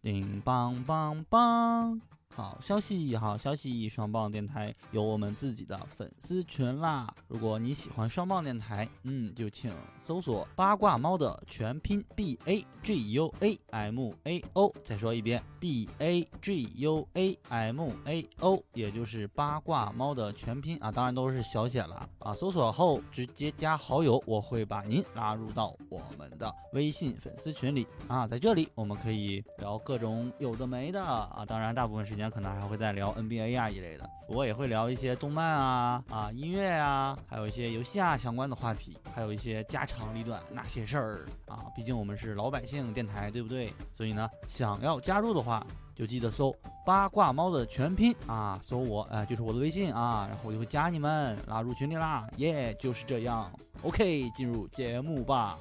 叮棒棒棒！好消息，好消息！双棒电台有我们自己的粉丝群啦！如果你喜欢双棒电台，嗯，就请搜索“八卦猫”的全拼 B A G U A M A O。再说一遍，B A G U A M A O，也就是八卦猫的全拼啊，当然都是小写了啊。搜索后直接加好友，我会把您拉入到我们的微信粉丝群里啊。在这里，我们可以聊各种有的没的啊，当然大部分时间。可能还会再聊 NBA 啊一类的，我也会聊一些动漫啊、啊音乐啊，还有一些游戏啊相关的话题，还有一些家长里短那些事儿啊。毕竟我们是老百姓电台，对不对？所以呢，想要加入的话，就记得搜“八卦猫”的全拼啊，搜我，哎、呃，就是我的微信啊，然后我就会加你们，拉入群里啦。耶、yeah,，就是这样。OK，进入节目吧。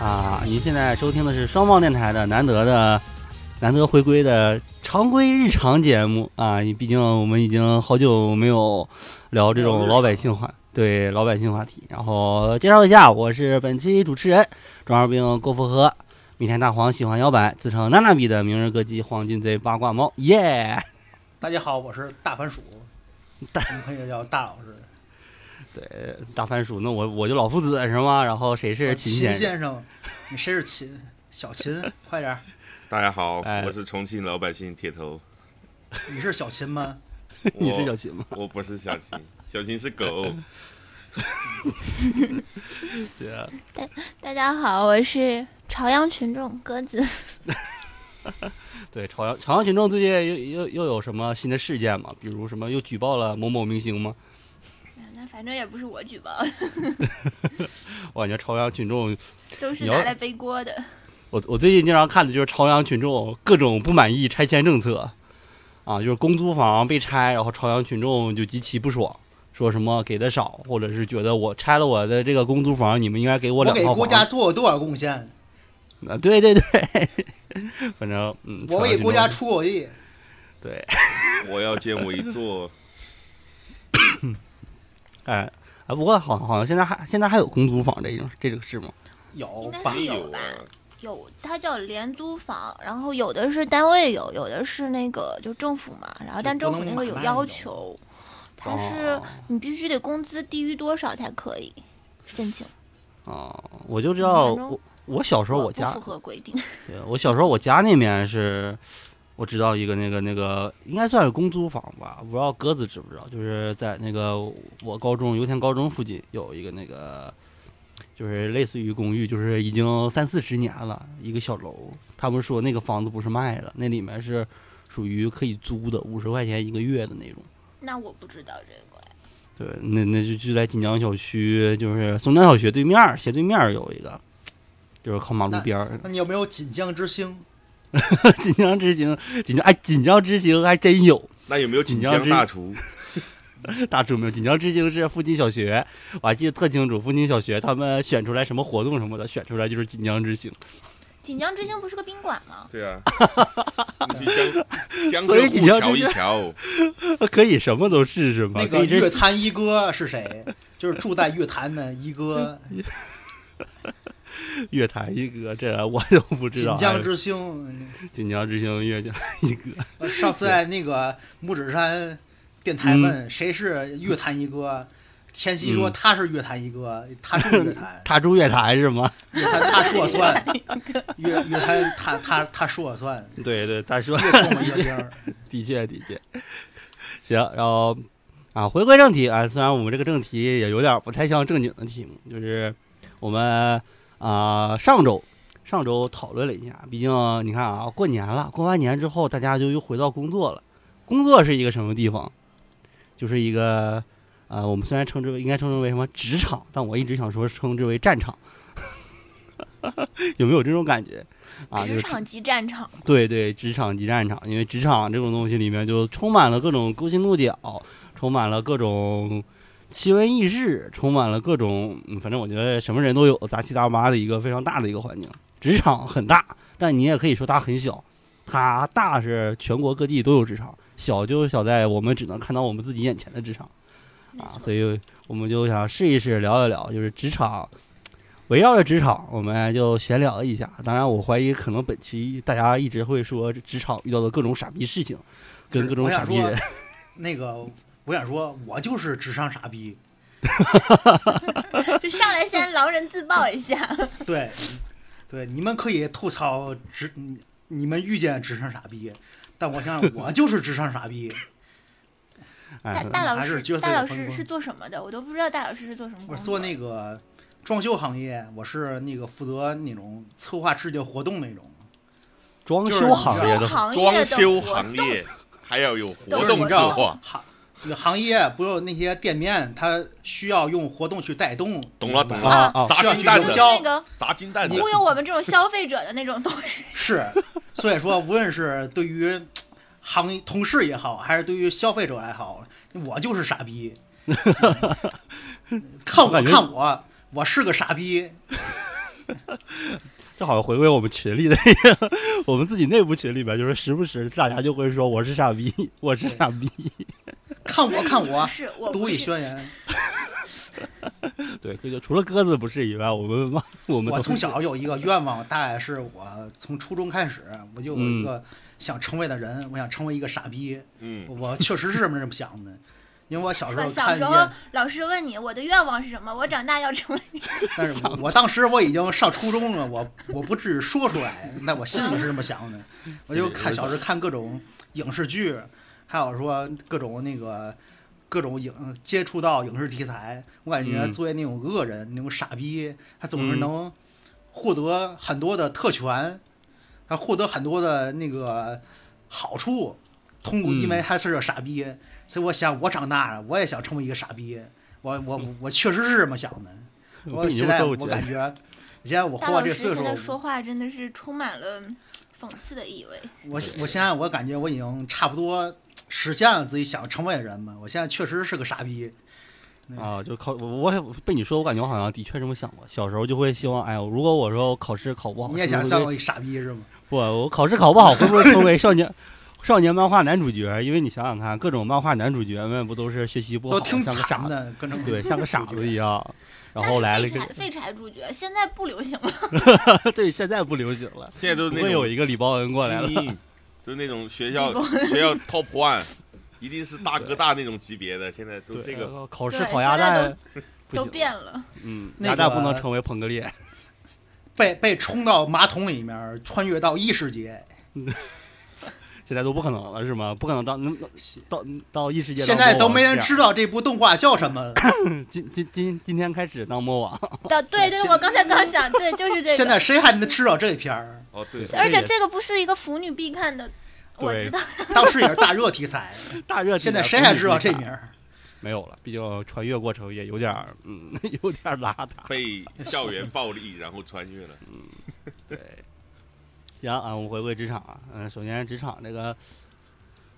啊您现在收听的是双棒电台的难得的、难得回归的常规日常节目啊！毕竟我们已经好久没有聊这种老百姓话，对老百姓话题。然后介绍一下，我是本期主持人中二病郭富和，米田大黄喜欢摇摆，自称娜娜比的名人歌姬黄金贼八卦猫 耶！大家好，我是大番薯，大可以叫大老 师。对，大番薯，那我我就老夫子是吗？然后谁是秦先生？先生你谁是秦？小秦， 快点！大家好，哎我是重庆老百姓铁头。你是小秦吗？ 你是小秦吗？ 我不是小秦，小秦是 狗。 大大家好，我是朝阳群众鸽子。 对，朝阳朝阳群众最近又又又有什么新的事件吗？比如什么又举报了某某明星吗？那反正也不是我举报， 我感觉朝阳群众都是拿来背锅的。我我最近经常看的就是朝阳群众各种不满意拆迁政策，啊，就是公租房被拆，然后朝阳群众就极其不爽，说什么给的少，或者是觉得我拆了我的这个公租房，你们应该给我两套房。我给国家做了多少贡献？啊，对对对，反正嗯，我为国家出过力。对，我要建我一座。哎，哎，不过好，好像现在还现在还有公租房这种这种事吗？有吧，啊有吧，有，它叫廉租房，然后有的是单位有，有的是那个就政府嘛，然后但政府那个有要求，它哦是你必须得工资低于多少才可以申请。哦、啊，我嗯就知道，我我小时候我家符合规定。 对，我小时候我家那边是。我知道一个那个那个应该算是公租房吧，不知道鸽子知不知道？就是在那个我高中油田高中附近有一个那个，就是类似于公寓，就是已经三四十年了，一个小楼。他们说那个房子不是卖的，那里面是属于可以租的，五十块钱一个月的那种。那我不知道啊这个。对，那那就就在锦江小区，就是松江小学对面斜对面有一个，就是靠马路边儿。那你有没有锦江之星？锦江之星，锦江哎，锦江之星还真有。那有没有锦江大厨？大厨没有。锦江之星是附近小学，我还记得特清楚。附近小学他们选出来什么活动什么的，选出来就是锦江之星。锦江之星不是个宾馆吗？对啊，你去江江浙沪瞧一哦瞧，可以什么都试试嘛。那个乐坛一哥是谁？ 就是住在乐坛的一哥。乐坛一哥，这我都不 知道。锦江之星，锦江之星，乐坛一哥。上次在那个拇指山电台嗯问谁是乐坛 一哥，天熙说他是乐坛一哥，他住 乐坛，他住乐坛是吗？乐坛他说了算， 乐乐坛他他他说了算。 对对，他说。 的确的确，行，然后。啊，回归正题啊，虽然我们这个正题也有点不太像正经的题目，就是我们啊、上周上周讨论了一下，毕竟你看啊，过年了，过完年之后大家就又回到工作了。工作是一个什么地方？就是一个啊、我们虽然称之为应该称之为什么职场，但我一直想说称之为战场， 有没有这种感觉？啊，就职是场即战场，对对，职场即战场，因为职场这种东西里面就充满了各种勾心斗角，充满了各种奇闻异事，充满了各种，嗯反正我觉得什么人都有，杂七杂八的一个非常大的一个环境。职场很大，但你也可以说它很小。它大是全国各地都有职场，小就小在我们只能看到我们自己眼前的职场。没啊，错所以我们就想试一试，聊一聊，就是职场，围绕着职场，我们就闲聊一下。当然，我怀疑可能本期大家一直会说职场遇到的各种傻逼事情，跟各种我傻想逼说人。那个，我想说，我就是职场傻逼。就 上来先狼人自爆一下。对，对，你们可以吐槽职，你你们遇见职场傻逼，但我想想，我就是职场傻逼。大哎，大老还是角师，色大有老分师工是做什么的？我都不知道大老师是做什么我工是做作的。那个装修行业，我是那个负责那种策划制定活动那种。 装就是修行你业装的行业装的修活行业还要有活都是动你知策道划，行那个行业不有那些店面，它需要用活动去带动。懂了懂了啊啊，砸需要金去蛋营就的是销那个砸金蛋的忽悠我们这种消费者的那种东 西。是，所以说，无论是对于行业同事也好，还是对于消费者也好，我就是傻 逼。看我我，感觉看我，我是个傻逼。正好回归我们群里的一个，我们自己内部群里边，就是时不时大家就会说我是傻逼，我是傻逼。看我，看我，是我独不立是宣言。对，这就除了鸽子不是以外，我们我们我都从是小有一个愿望，大概是我从初中开始，我就有嗯一个想成为的人，我想成为一个傻逼。嗯，我确实是这么这么想的，因为我小时候我小看时见，候老师问你我的愿望是什么，我长大要成为但是我我当时我已经上初中了，我我不至于说出来，那我心里是这么想的。嗯我就看小时候看各种影视剧，还有说各种那个各种影接触到影视题材，我感觉嗯作为那种恶人、那种傻逼，他总是嗯能获得很多的特权，他获得很多的那个好处。通过，嗯因为他是个傻逼，所以我想我长大了，我也想成为一个傻逼。我我我确实是这么想的。我被你这现么在说，我我觉感得觉，现在我大活到老这师岁现在数，说话真的是充满了讽刺的意味。我我现在我感觉我已经差不多实现了自己想成为的人嘛。我现在确实是个傻逼，嗯啊，就考我我也被你说，我感觉我好像的确这么想过。小时候就会希望，哎呀，如果我说我考试考不好，你也哦是不想是像会我一傻逼是吗？不，我考试考不好会不会成为少年少年漫画男主角？因为你想想看，各种漫画男主角们不都是学习不好，都挺像个惨傻子，的，跟着对，像个傻子一样。然但后是来了废这柴废柴主角现在不流行了，个， 对，现在不流行了，现在都不是那会有种一个李包恩过来了。精英，就是那种学校学校 top one，一定是大哥大那种级别的。现在都对，这个呃考试对考现鸭在蛋不都行变了。嗯，那鸭蛋不能个成为彭格列。被被冲到马桶里面，穿越到异世界。现在都不可能了，是吗？不可能到那那到到异世界当现魔王这样。在都没人知道这部动画叫什么了。今今今今天开始当魔 王，对对对，现我刚才刚想，对，就是这个。现在谁还能知道这片儿？哦对，对而且这个不是一个腐女必看的，我对知道。当时也是大热题材， 大热现在天谁不还是知道没这啥名？儿？没有了，毕竟穿越过程也有点儿， 嗯，有点儿邋遢。被校园暴力然后穿越了。对，行啊，我们回归职场啊，嗯，首先职场这个，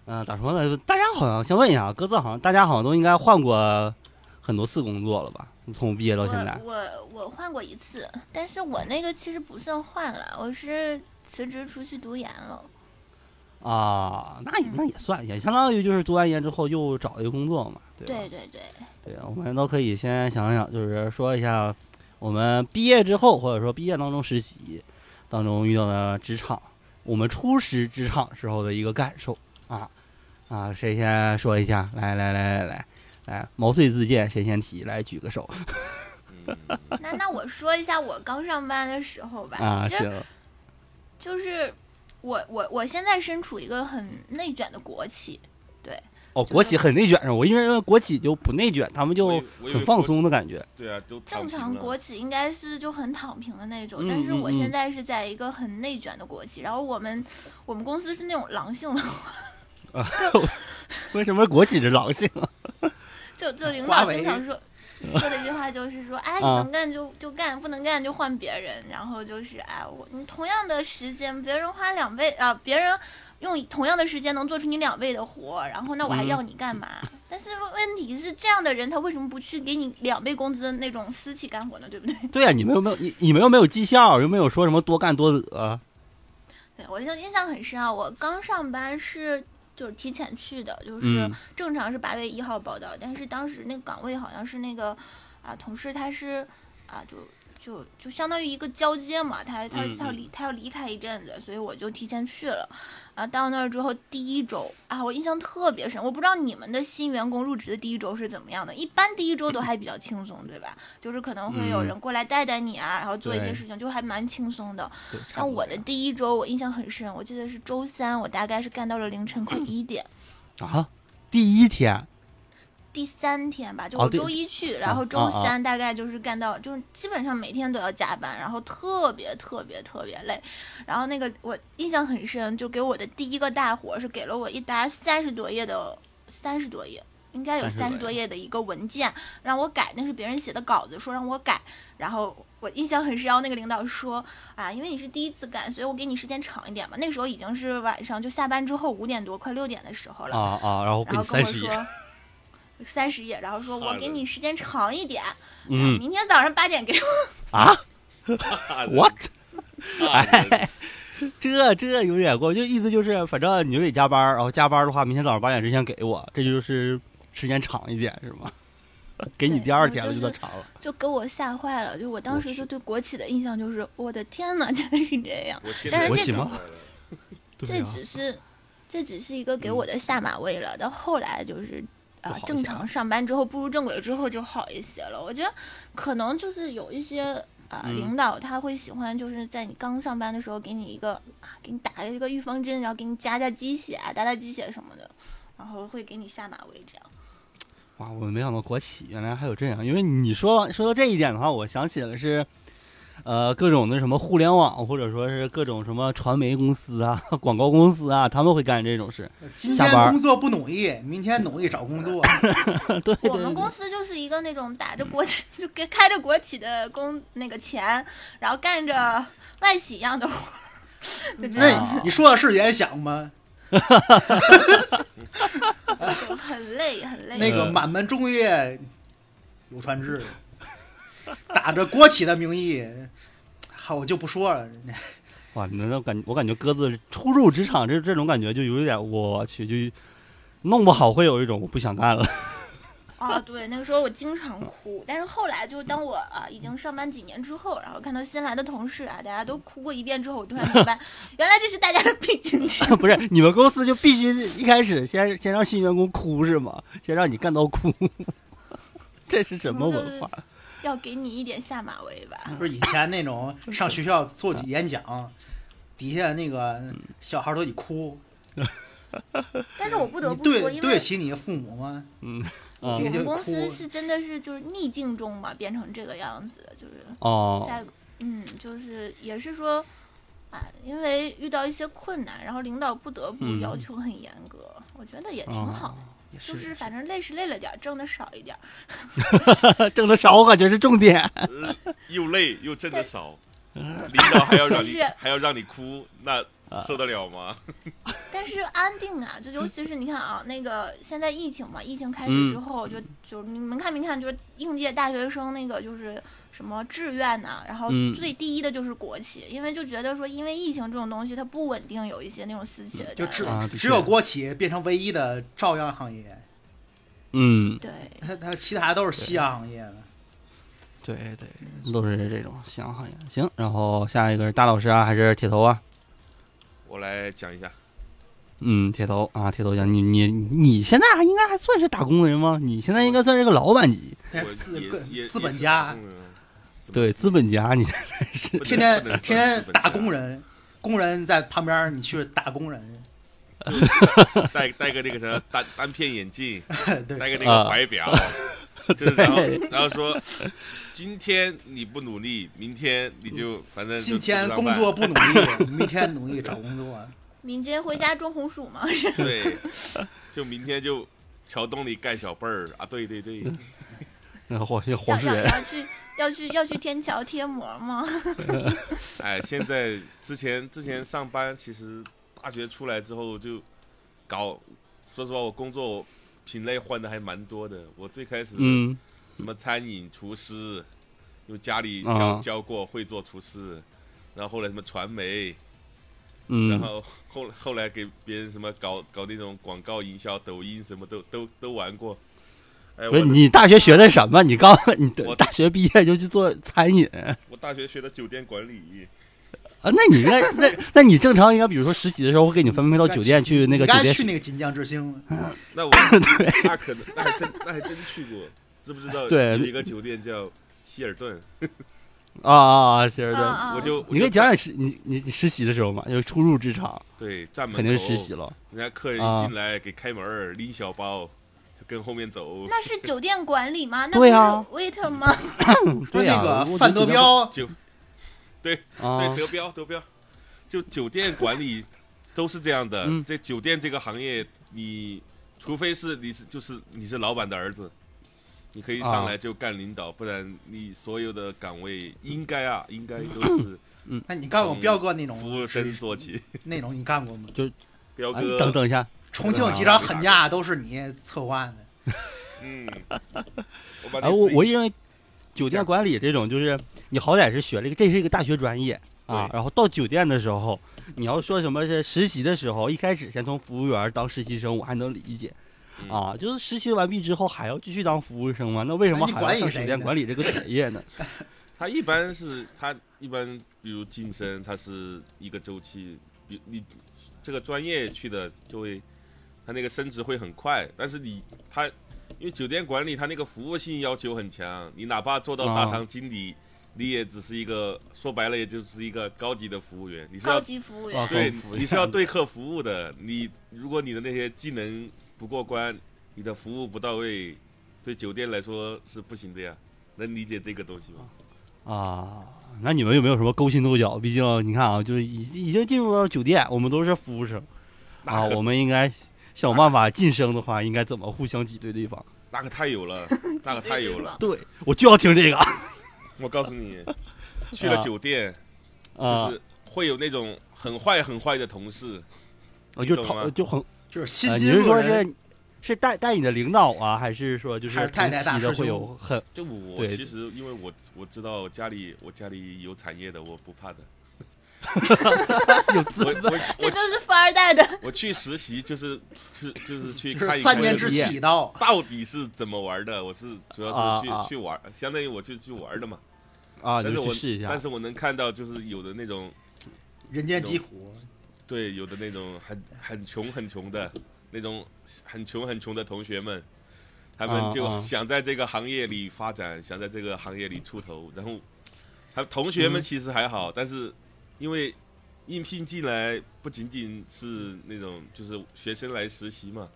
嗯、咋说呢？大家好像先问一下啊，各自好像大家好像都应该换过很多次工作了吧？从毕业到现在我，我我换过一次，但是我那个其实不算换了，我是辞职出去读研了。啊，那也那也算，也相当于就是读完研之后又找一个工作嘛，对吧？对对对，对，我们都可以先想想，就是说一下我们毕业之后，或者说毕业当中实习当中遇到的职场，我们初识职场时候的一个感受啊啊，谁先说一下？来来来来来来，毛遂自荐，谁先提？来举个 手嗯，那那我说一下我刚上班的时候吧，啊，其实行，就是我我我现在身处一个很内卷的国企，对，哦，国企很内卷是吧？我因为国企就不内卷，他们我就以我以为很放国松的感觉。对啊，都躺正平常了国企应该是就很躺平的那种，嗯但是我嗯嗯现在是在一个很内卷的国企，然后我们我们公司是那种狼性的，为什么国企是狼性？啊就就领华导为经常说说的一句话就是说，哎，你啊能干就就干，不能干就换别人，然后就是哎，我你同样的时间，别人花两倍啊，别人用同样的时间能做出你两倍的活，然后那我还嗯要你干嘛？但是问题是，这样的人他为什么不去给你两倍工资的那种私企干活呢？对不 对？ 对啊，你们有没有你你们又没有绩效，又没有说什么多干多得，啊对，我就印象很深啊，我刚上班是就是提前去的，就是嗯正常是八月一号报道，但是当时那个岗位好像是那个啊同事他是啊就。就就相当于一个交接嘛，他他嗯他要嗯离他要离开一阵子，所以我就提前去了。啊，到那儿之后第一周啊，我印象特别深。我不知道你们的新员工入职的第一周是怎么样的，一般第一周都还比较轻松，对吧？就是可能会有嗯人过来带带你啊，然后做一些对事情，就还蛮轻松的。对差但不多我的第一周我印象很深，我记得是周三，我大概是干到了凌 晨快一点。啊，第一天第三天吧，就哦我对周一去，然后周三大概就是干到，就是基本上每天都要加班，然后特别特别特别累。然后那个我印象很深，就给我的第一个大活是给了我一沓三十多页的三十多页，应该有30多三十多页的一个文件，让我改，那是别人写的稿子，说让我改。然后我印象很深，然后那个领导说啊，因为你是第一次干，所以我给你时间长一点嘛。那时候已经是晚上，就下班之后五点多快六点的时候了啊。啊，然后给然你后跟三我十一，说三十页，然后说我给你时间长一点，啊嗯明天早上八点给我。 啊 大人，what？哎大人这这有点过，就意思就是，反正你就得加班儿，然后加班儿的话，明天早上八点之前给我，这就是时间长一点是 吗？给你对第二我天就了就算是长了，就给我吓坏了，就我当时就对国企的印象就是，我的天呐， 竟然是这样！我现但在是这种懂了这啊只是，这只是一个给我的下马威了。到后来就是，就嗯啊，好一正些常了上班之后，步入正轨之后就好一些了。我觉得可能就是有一些。啊，嗯领导他会喜欢，就是在你刚上班的时候给你一个啊，给你打一个预防针，然后给你加加鸡血啊，打打鸡血什么的，然后会给你下马威这样。哇，我没想到国企原来还有这样，因为你说说到这一点的话，我想起了是，呃，各种的什么互联网，或者说是各种什么传媒公司啊、 广告公司啊，他们会干这种事。今下天班儿工作不努力，明天努力找 工作。对对我们对，嗯公司就是一个那种打着国企 就跟开着国企的工那个钱，然后干着外企一样的活儿，就这样，啊那你说的是联想吗？就很累很累。那嗯个满门忠烈有传志， 打着国企的名义，好，我就不说了。嗯哇，那那感我感觉鸽子初入职场这这种感觉就有点，我去就。弄不好会有一种我不想干了， 啊，对，那个时候我经常哭，但是后来就当我啊已经上班几年之后，然后看到新来的同事啊，大家都哭过一遍之后，我突然明白，原来这是大家的必经之路。不是你们公司就必须一开始先先让新员工哭是吗？先让你干到哭， 这是什么文化？要给你一点下马威吧。就是以前那种嗯上学校做演讲，底下那个嗯小孩都得哭，但是我不得你不说，对对因得为起你父母吗？嗯我啊别们就公哭司是真的是就是逆境中嘛变成这个样子，就是哦，下一个，嗯，就是也是说，啊，因为遇到一些困难，然后领导不得不嗯要求很严格，我觉得也挺哦好。也就反正累是累了点儿，挣的少一点儿，挣的少，我感觉是重点。呃 又累又挣得少，领导还要让你但 是还要让你哭，那啊受得了吗？但是安定啊，嗯就尤其是你看啊，那个现在疫情嘛，疫情开始嗯之后，就就是你们看没看，就是应届大学生那个就是什么志愿呐、然后嗯最第一的就是国企，因为就觉得说，因为疫情这种东西它不稳定，有一些那种私企嗯的就单只位啊的只确有国企变成唯一的朝阳行业，嗯，对，它它其他都是夕阳行业了。对对，都是这种想好像行。然后下一个是大老师啊，还是铁头啊？我来讲一下，嗯，铁头啊，铁头讲你你你现在还应该还算是打工的人吗？你现在应该算是个老板级，那我资也个也资本家，也是嗯什么对，资本家你不能天天不能算天天资本家打工人，工人在旁边，你去打工人， 就戴戴个那个什么单单片眼镜，戴 对，个那啊个 怀表，就是然后然后说，今天你不努力，明天你就反正就嗯今吃天不上工饭作不努力，明天努力找工作，民间回家种红薯嘛， 是对，就明天就桥洞里盖小被儿啊，对对对， 那黄黄要世要仁，要去要去要去天桥贴膜 吗？哎，现在之前之前上班，其实大学出来之后就搞，说实话，我工作品类换的还蛮多的。我最开始嗯，什么餐饮厨师，因为家里教、啊教过会做厨师，然后后来什么传媒，然嗯，后后后来给别人什么搞搞那种广告营销、抖音什么都都都玩过。哎，不我是的你大学学的什么？你刚你我大学毕业就去做餐饮我大学学的酒店管理，啊？那你应该那那你正常应该，比如说实习的时候会给你分配到酒店去那个酒你刚才店去那个锦江之星，那我那可能那还真那还真去过，知不知道？对有一个酒店叫希尔顿，啊啊啊！希尔顿，嗯啊我啊，就我你就可以讲讲实你你你实习的时候嘛，就是初入职场，对站门口肯定是实习了。人家客人一啊进来给开门儿拎小包，就跟后面走。那是酒店管 理吗？那不对是啊 waiter 吗？说对呀、那个我范德彪，啊对，，德彪德彪，就酒店管理都是这样的。嗯这酒店这个行业，你除非是你是就是你是老板的儿子，你可以上啊来就干领导，不然你所有的岗位应该啊应该 都是那你干过彪哥那服务种生是做起。那种你干过吗？彪啊哥，等等一下，重庆机场喊价都是你策划的，嗯，我把哎，啊你我自己我因为酒店管理这种，就是你好歹是学了一个，这是一个大学专业啊。对然后到酒店的时候，你要说什么是实习的时候，一开始先从服务员当实习生，我还能理解嗯啊。就是实习完毕之后还要继续当服务生吗？那为什那么你还管要理上谁酒店呢管理这个职业呢？ 他一般是他一般，比如晋升，他是一个周期，比你这个专业去的就会，他那个升职会很快，但是你他因为酒店管理他那个服务性要求很强，你哪怕做到大堂经理，你也只是一个说白了也就是一个高级的服务员， 你是高要级服务啊员，对高级服务员你是要对客服务的，你如果你的那些技能不过关，你的服务不到位，对酒店来说是不行的呀，能理解这个东西吗？啊，那你们有没有什么勾心斗角？毕竟你看啊，就是已已经进入到酒店，我们都是服务生那啊，可我们应该想办法晋升的话，应该怎么互相挤兑对方？那可太有了，那可挤太兑有对了方。对，我就要听这个我告 诉你，去了啊酒店、啊就，是会有那种很坏很坏的同事，我就懂讨吗就很就是呃，新你进是入说人是是带带你的领导啊，还是说就是还是带同带大期的师会兄有很就我对其实因为我我知道家里我家里有产业的，我不怕的。 有我我这我就是富二代的 我去实习就是就是就是去就看是一三看年之业起到，到底是怎么玩的，我是主要是去、啊啊去玩，相当于我就去玩的嘛。啊？但你是就去我试一下但是我能看到就是有的那种人间疾苦，对，有的那种很很穷很穷的那种很穷很穷的同学们，他啊们就啊想在这个行业里发展，想在这个行业里出头。然后，他同学们嗯其实还好，但是因为应聘进来不仅仅是那种就是学生来实习嘛，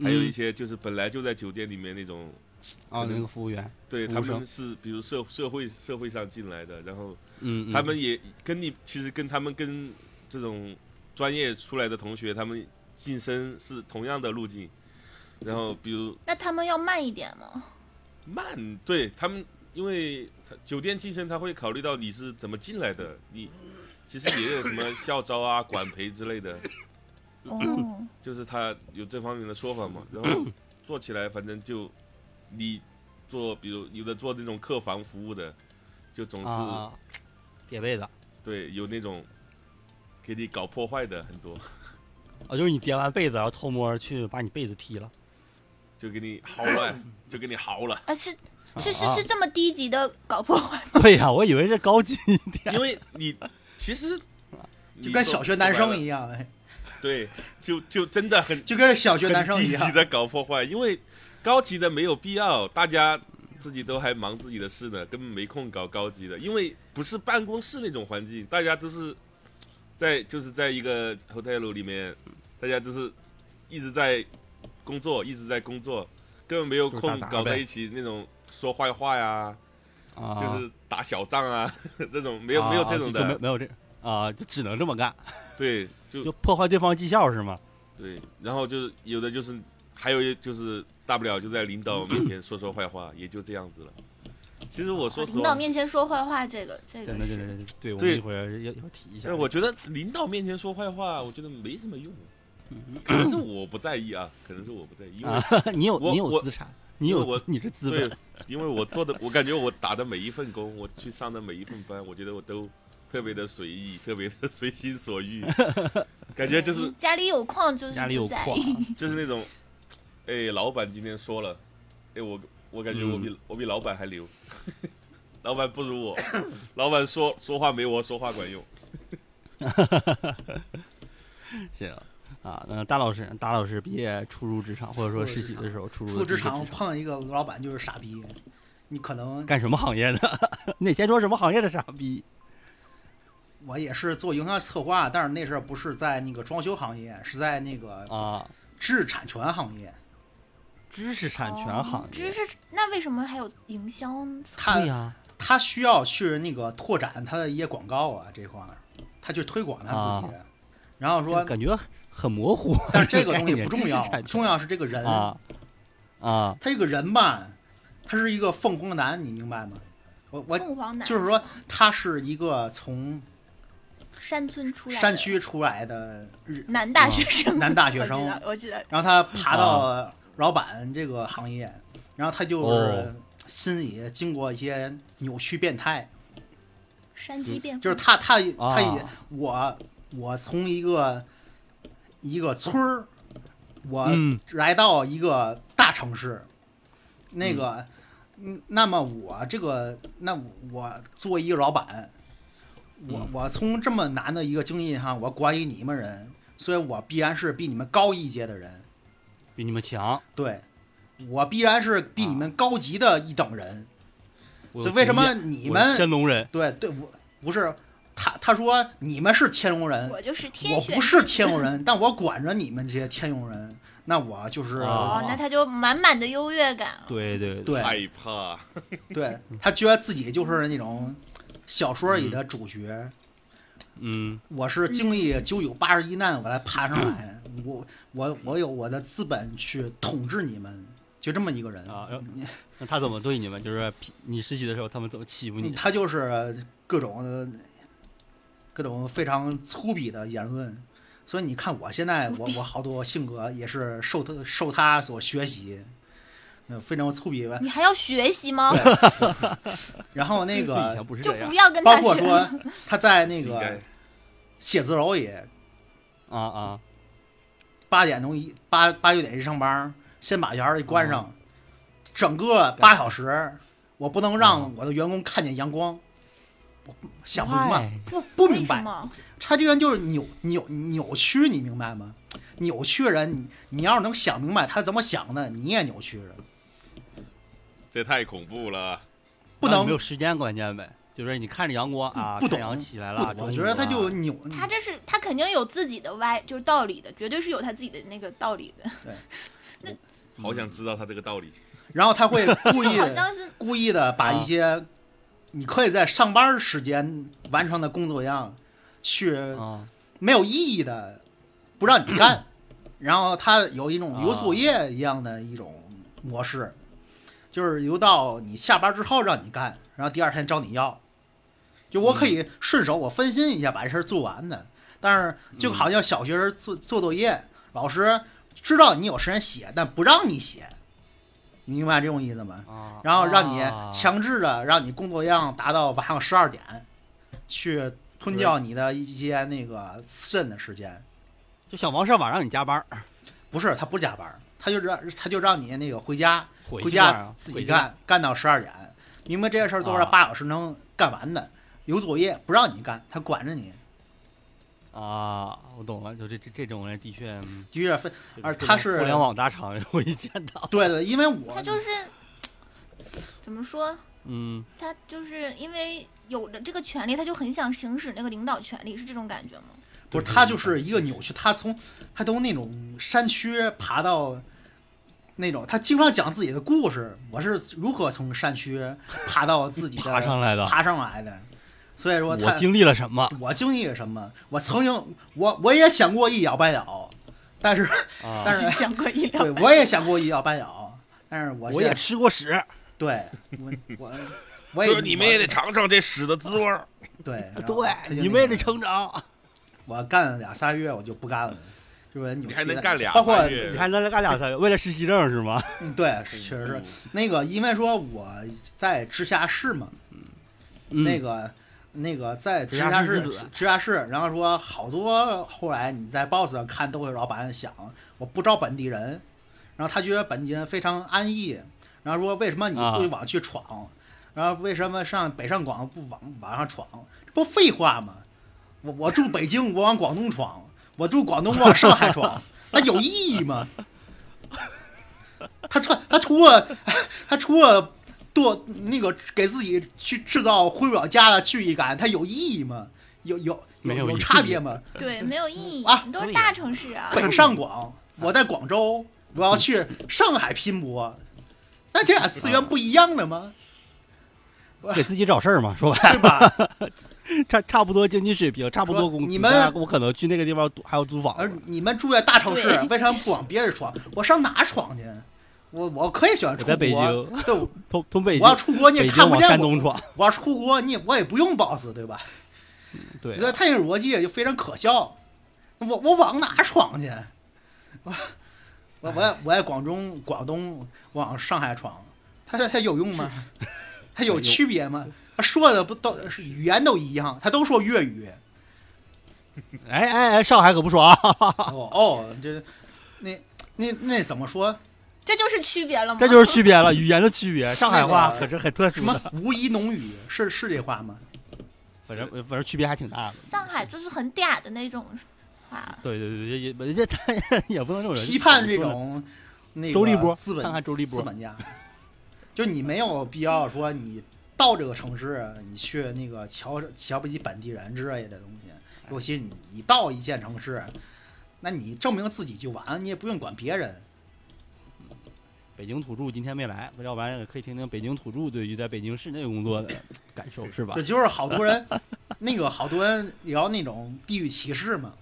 还有嗯一些就是本来就在酒店里面那种啊，可那能个服务员，对服他务生们是比如社社会社会上进来的，然后嗯，他嗯们也跟你其实跟他们跟这种专业出来的同学，他们晋升是同样的路径。然后比如那他们要慢一点吗？慢，对他们，因为他酒店晋升他会考虑到你是怎么进来的，你其实也有什么校招啊、管培之类的，哦，就是他有这方面的说法嘛。然后做起来，反正就你做，比如有的做那种客房服务的，就总是、啊叠被子啊，对有那种给你搞破坏的很多。就是你叠完被子，然后偷摸去把你被子踢了， 就给你薅了，就给你薅了。 啊是是是啊是这么低级的搞破坏，对呀，我以为是高级 一点因为你其实就跟小学男生一样，样，对，就就真的很就跟小学很男生低一级样。的搞破坏，因为高级的没有必要，大家自己都还忙自己的事呢，根本没空搞高级的，因为不是办公室那种环境，大家都是在就是在一个 hotel 里面大家就是一直在工作，一直在工作，根本没有就是空打杂搞在呗一起那种说坏话呀，啊，就是打小仗啊 这种，没有、没有这种啊就就没的，没有这啊，就只能这么干，对，就就破坏对方绩效是吗？对，然后就是有的就是，还有一就是大不了就在领导面前说说坏话，也就这样子了。其实我说实领导话，面前说坏话，这个这真个的真是的，对我们对一会儿要要提一下但。呃我觉得领导面前说坏话，我觉得没什么用。嗯可能是我不在意啊，可能是我不在意，因为、啊， 你有我你有我资产，你因为有我资你是资对本，，因为我做的，我感觉我打的每一份工，我去上的每一份班，我觉得我都特别的随意，特别的随心 所欲，感觉就是家里有矿就是家里有不在矿意，就是那种，哎，老板今天说了，哎，我我感觉我比、我比老板还牛， 老板不如我，老板说说话没我说话管用，行啊。那大老师，大老师毕业初入职场，或者说初入实职习场的时候，初入入的职第一个场碰一个老板就是傻逼，你可能干什么行业的？ 你得先说什么行业的傻逼我也是做营销策划，但是那时候不是在那个装修行业，是在那个啊！知识产权行业。知识产权行业，哦知识那为什么还有营销呢？他对呀他需要去那个拓展他的一些广告啊这块儿，他去推广他自己。然后啊这个说，感觉很模糊。但是这个东 西概念不重知识要产，权重要是这个人。啊啊他这个人吧，他是一个凤凰男，你明白吗？我我凤凰男就是说，他是一个从山村出来的山区出来的日男啊大学生，男大学生我知道，我知道，然后他爬到老板这个行业，然后他就是哦心里经过一些扭曲变态，山鸡变就是他他他也啊我我从一个一个村儿，我嗯来到一个大城市，那个嗯，那么我这个那我作为一个老板，我嗯我从这么难的一个经济上，我管理你们人，所以我必然是比你们高一阶的人。比你们强。对，我必然是比你们高级的一等人，啊我所有以为什经么验你我是们神龙人对对我不是他他说你们是天龙人，我就是天我选不是天龙人，但我管着你们这些天龙人，那我就是、啊哦，那他就满满的优越感了。对对对，对害怕，对，他觉得自己就是那种小说里的主角，嗯，我是经历九九八十一难我才爬上来的，我我我有我的资本去统治你们，就这么一个人啊要那他怎么对你们？就是批你实习的时候，他们怎么欺负嗯你？他就是各种呃各种非常粗鄙的言论，所以你看我现在我我好多性格也是受他受他所学习，嗯，非常粗鄙吧。你还要学习吗？然后那以前个不是就这样不要跟包他括学。说他在那 应该个写字楼里啊啊八点钟一八八九点一上班，先把帘儿一关哦上，整个八小时，我不能哦让我的员工看见阳光。我不想不明白，哎不不明为什白，么他这个人就是扭扭扭曲，你明白吗？扭曲的人，你你要是能想明白他怎么想的，你也扭曲了。这太恐怖了。不那你能啊嗯没有时间观念呗，就是你看着阳光啊，不太懂阳起来了啊不，我觉得他中午就了扭，他这是他肯定有自己的歪，就是道理的，绝对是有他自己的那个道理的。好想知道他这个道理，然后他 会故意好像是故意的把啊一些你可以在上班时间完成的工作量，去啊没有意义的不让你干， 然后他有一种留作业一样的一种模式，就是留到你下班之后让你干，然后第二天找你要。就我可以顺手我分心一下把这事儿做完的，但是就好像小学生做做作业，老师知道你有时间写，但不让你写，你明白这种意思吗？啊，然后让你啊强制的让你工作量达到晚上十二点，去吞掉你的一些那个私人的时间。啊就想王上晚让你加班儿， 不是，他不加班，他就让他就让你那个回家，回回去吧家自己，回去吧干，干到十二点。明白这些事儿都是啊八小时能干完的，有作业不让你干，他管着你。啊，我懂了，就这这这种人的确，嗯的确分，这而这种他是互联网大厂， 我一见 到，对对，因为我他就是怎么说，嗯，他就是因为有了这个权利，他就很想行使那个领导权利，是这种感觉吗？不是他就是一个扭曲，他从他从那种山区爬到那种，他经常讲自己的故事，我是如何从山区爬到自己的爬上来的。爬上来的。所以说我他经历了什么我经历了什么？我曾经我我也想过一了百了，但是啊？但是想过一对两，我也想过一了百了，但是我我现也吃过屎，对我我我就也是你们也得尝尝这屎的滋味儿。对对，你们也得。然后他就那个成 长，我干俩仨月我就不干了，是不是？你还能干俩包括仨你月还能干俩仨月，为了实习证是 吗？嗯对，确实是是。那个，因为说我在直辖市嘛，那个个那个在嗯直直辖辖市市之子直辖市，然后说好多后来你在 Boss 上看都会老板想我不招本地人，然后他觉得本地人非常安逸，然后说为什么你啊不往去闯，然后为什么上北上广不往往上闯，这不废话吗？我我住北京，我往广东闯；我住广东，我往上海闯，那有意义吗？他除他除了他除了多那个给自己去制造回不了家的距离感，它有意义吗？有有没有有意义差别吗？对，没有意义啊，你都是大城市啊，北上广，我在广州，我要去上海拼搏，那这俩资源不一样的吗？给自己找事儿嘛，说白 对吧？了差差不多经济水平，差不多说工资，你们那我可能去那个地方租还要租房而子，你们住在大城市对，为什么不往别人闯？我上哪闯去？我我可以选择我出在国，北京，对，我从从北我要京出国你北也看京不往见山我，东 闯，我要出国你也我也不用 boss 对吧？对所以他这个逻辑也就非常可笑。我我往哪闯去？我我我在我在广东广东往上海闯，他他他有用吗？他 有区别吗？他说的不都是语言都一样，他都说粤语。哎哎哎，上海可不爽啊，哦哦，这那那那怎么说？这就是区别了吗？这就是区别了，语言的区别。上海话那个可是很特哎什殊么的，无疑侬语是是这话吗？反正反正区别还挺大的。上海就是很嗲的那种话，对对对，也也人家他也 不能这么批判这种那个周立波资本，看看周立波资本家，就你没有必要说你到这个城市，你去那个瞧瞧不起本地人之类的东西。尤其你你到一线城市，那你证明自己就完，你也不用管别人。北京土著今天没来，要不然也可以听听北京土著对于在北京市内工作的感受，是吧这？就是好多人，那个好多人聊那种地域歧视嘛。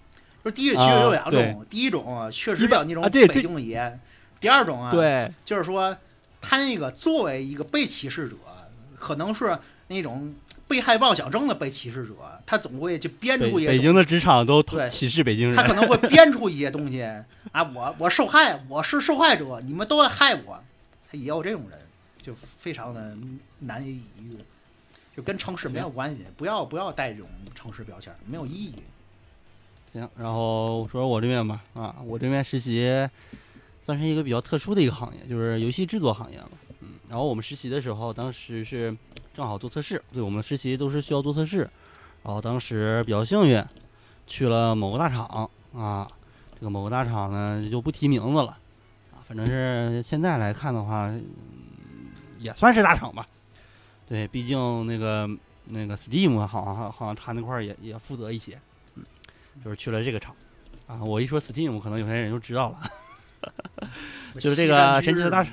就地域歧视啊有两对种，第一种啊确一实般有那种啊对北这京的爷，第二种啊，对，就是说，他那个作为一个被歧视者，可能是那种被害妄想症的被歧视者，他总会就编北出一北些，京的职场都对歧视北京他可人，能会编出一些东西啊，我我受害，我是受害者，你们都在害我，也有这种人，就非常的难以抵御，就跟城市没有关系，不要不要带这种城市标签，没有意义。行，然后说说我这边吧，啊，我这边实习算是一个比较特殊的一个行业，就是游戏制作行业了。嗯，然后我们实习的时候，当时是正好做测试，对我们实习都是需要做测试。然后当时比较幸运，去了某个大厂啊，这个某个大厂呢就不提名字了啊，反正是现在来看的话，嗯也算是大厂吧。对，毕竟那个那个 Steam 啊好像好像他那块儿也也负责一些。就是去了这个厂，啊，我一说 Steam，可能有些人就知道了 就是这个神奇的大师，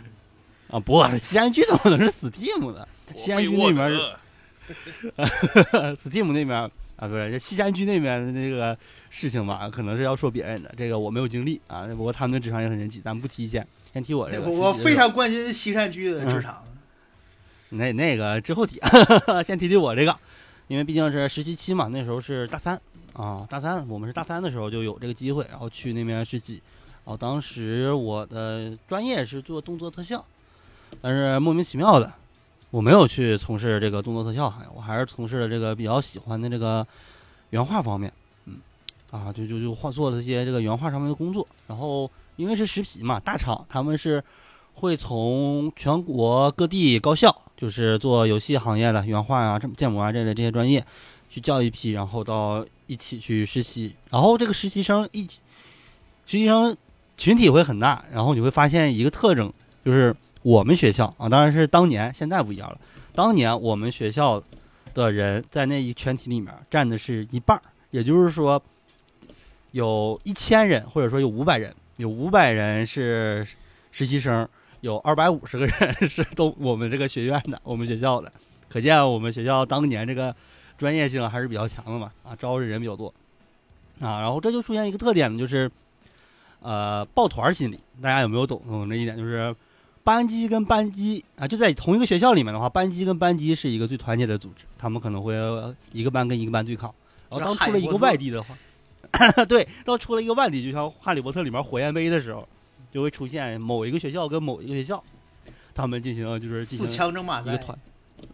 啊。不，西安区怎么能是 Steam 的我西安费区沃那边德？Steam 那边啊，不是西山区那边的那个事情吧，可能是要说别人的，这个我没有经历啊。不过他们的职场也很神奇，咱不提先，先提我这个。我我实习的非时候常关心西山居的职场，那那个之后提， 先提提我这个，因为毕竟是实习期嘛，那时候是大三啊，大三我们是大三的时候就有这个机会，然后去那边实习。哦、当时我的专业是做动作特效，但是莫名其妙的，我没有去从事这个动作特效行业，我还是从事了这个比较喜欢的这个原画方面，嗯，啊，就就就画做了一些这个原画上面的工作。然后因为是实习嘛，大厂他们是会从全国各地高校，就是做游戏行业的原画啊、这建模啊这类这些专业，去叫一批，然后到一起去实习。然后这个实习生一实习生群体会很大，然后你会发现一个特征，就是我们学校啊，当然是当年，现在不一样了。当年我们学校的人在那一群体里面占的是一半儿，也就是说，有一千人，或者说有五百人，有五百人是实习生，有二百五十个人 是都我们这个学院的，我们学校的，可见我们学校当年这个专业性还是比较强的嘛，啊，招的人比较多，啊，然后这就出现一个特点呢，就是呃抱团儿心理，大家有没有懂懂这一点？就是班级跟班级啊，就在同一个学校里面的话，班级跟班级是一个最团结的组织，他们可能会一个班跟一个班对抗。然后当出了一个外地的话， 对，当出了一个外地，就像《哈利波特》里面火焰杯的时候，就会出现某一个学校跟某一个学校，他们进行就是进四行强争霸一个赛，团，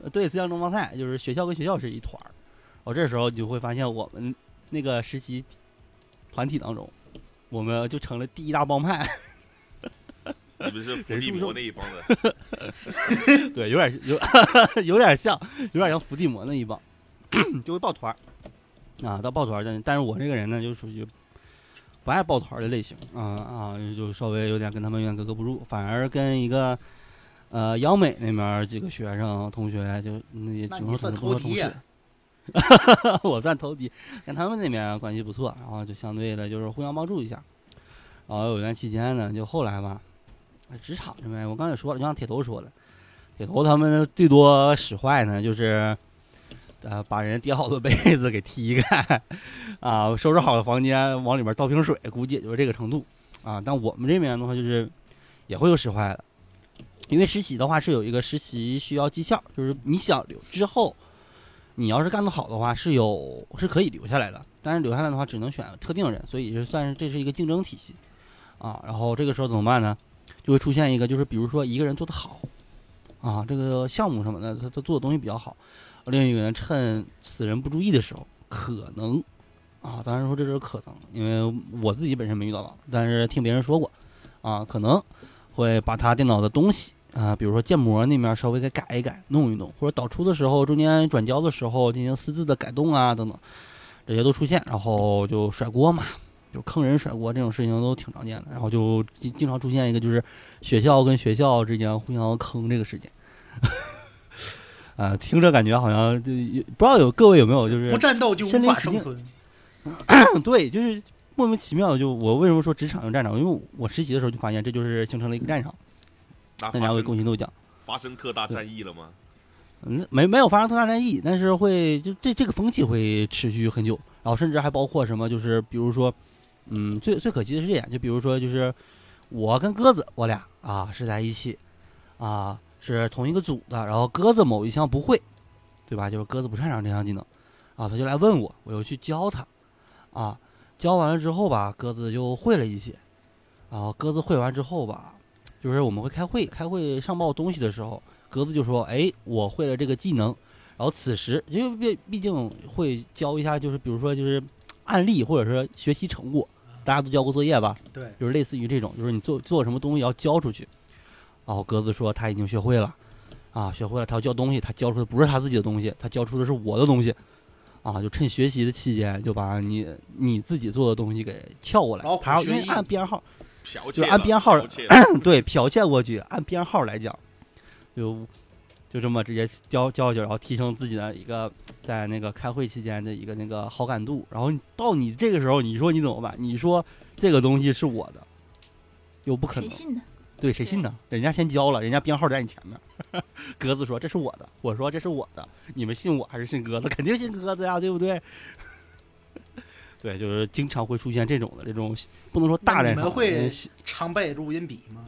呃对，四强争霸赛就是学校跟学校是一团儿。哦，这时候你就会发现我们那个实习团体当中，我们就成了第一大帮派，你们是伏地魔那一帮的， 对，有点有有 点像，有点像伏地魔那一帮， 就会抱团儿啊，到抱团儿但但是我这个人呢，就属于不爱抱团儿的类型啊啊，就稍微有点跟他们有点格格不入，反而跟一个呃央美那边儿几个学生同学就那也那只你能算算投同敌事呀， 我算投敌，跟他们那边关系不错，然后就相对的就是互相帮助一下。然后有一段期间呢，就后来吧，职场这边我刚才也说了，就像铁头说的，铁头他们最多使坏呢就是，呃，把人叠好的被子给踢开，啊，收拾好的房间往里面倒瓶水，估计也就是这个程度啊。但我们这边的话就是也会有使坏的。因为实习的话是有一个实习需要绩效，就是你想留之后你要是干得好的话，是有是可以留下来的，但是留下来的话只能选特定人，所以就算是这是一个竞争体系啊。然后这个时候怎么办呢？就会出现一个，就是比如说一个人做得好啊，这个项目什么的，他他做的东西比较好，另一个人趁此人不注意的时候，可能啊，当然说这是可能，因为我自己本身没遇到到，但是听别人说过啊，可能会把他电脑的东西啊、比如说建模那面稍微给改一改、弄一弄，或者导出的时候、中间转交的时候进行私自的改动啊等等，这些都出现，然后就甩锅嘛，就坑人甩锅这种事情都挺常见的，然后就经经常出现一个就是学校跟学校之间互相坑这个事件。 啊，听着感觉好像就有不知道有各位有没有就是不战斗就无身临法其生境存。对，就是莫名其妙就我为什么说职场有战场？因为我实习的时候就发现这就是形成了一个战场，那大啊发家会生勾心斗角。发生特大战役了吗？嗯，没没有发生特大战役，但是会就这这个风气会持续很久，然后甚至还包括什么，就是比如说，嗯，最最可惜的是这点，就比如说就是我跟鸽子我俩啊是在一起，啊是同一个组的，然后鸽子某一项不会，对吧？就是鸽子不擅长这项技能，啊他就来问我，我又去教他，啊教完了之后吧，鸽子就会了一些，然后鸽子会完之后吧，就是我们会开会，开会上报东西的时候。格子就说：“哎，我会了这个技能。”然后此时，因为毕毕竟会教一下，就是比如说就是案例，或者说学习成果，大家都交过作业吧？对，就是类似于这种，就是你做做什么东西要交出去。然后格子说他已经学会了，啊，学会了，他要交东西，他交出的不是他自己的东西，他交出的是我的东西，啊，就趁学习的期间就把你你自己做的东西给撬过来老，虎还要因学为艺按编号，剽窃就了，按编号剽窃了对，剽窃过去，按编号来讲，就就这么直接教教教，然后提升自己的一个在那个开会期间的一个那个好感度。然后你到你这个时候，你说你怎么办？你说这个东西是我的，又不可谁能，啊信呢？对，谁信呢？人家先交了，人家编号在你前面。 鸽子说这是我的，我说这是我的，你们信我还是信鸽子？肯定信鸽子呀，对不对？ 对，就是经常会出现这种的这种，不能说大那战你场，们会嗯常备录音笔吗？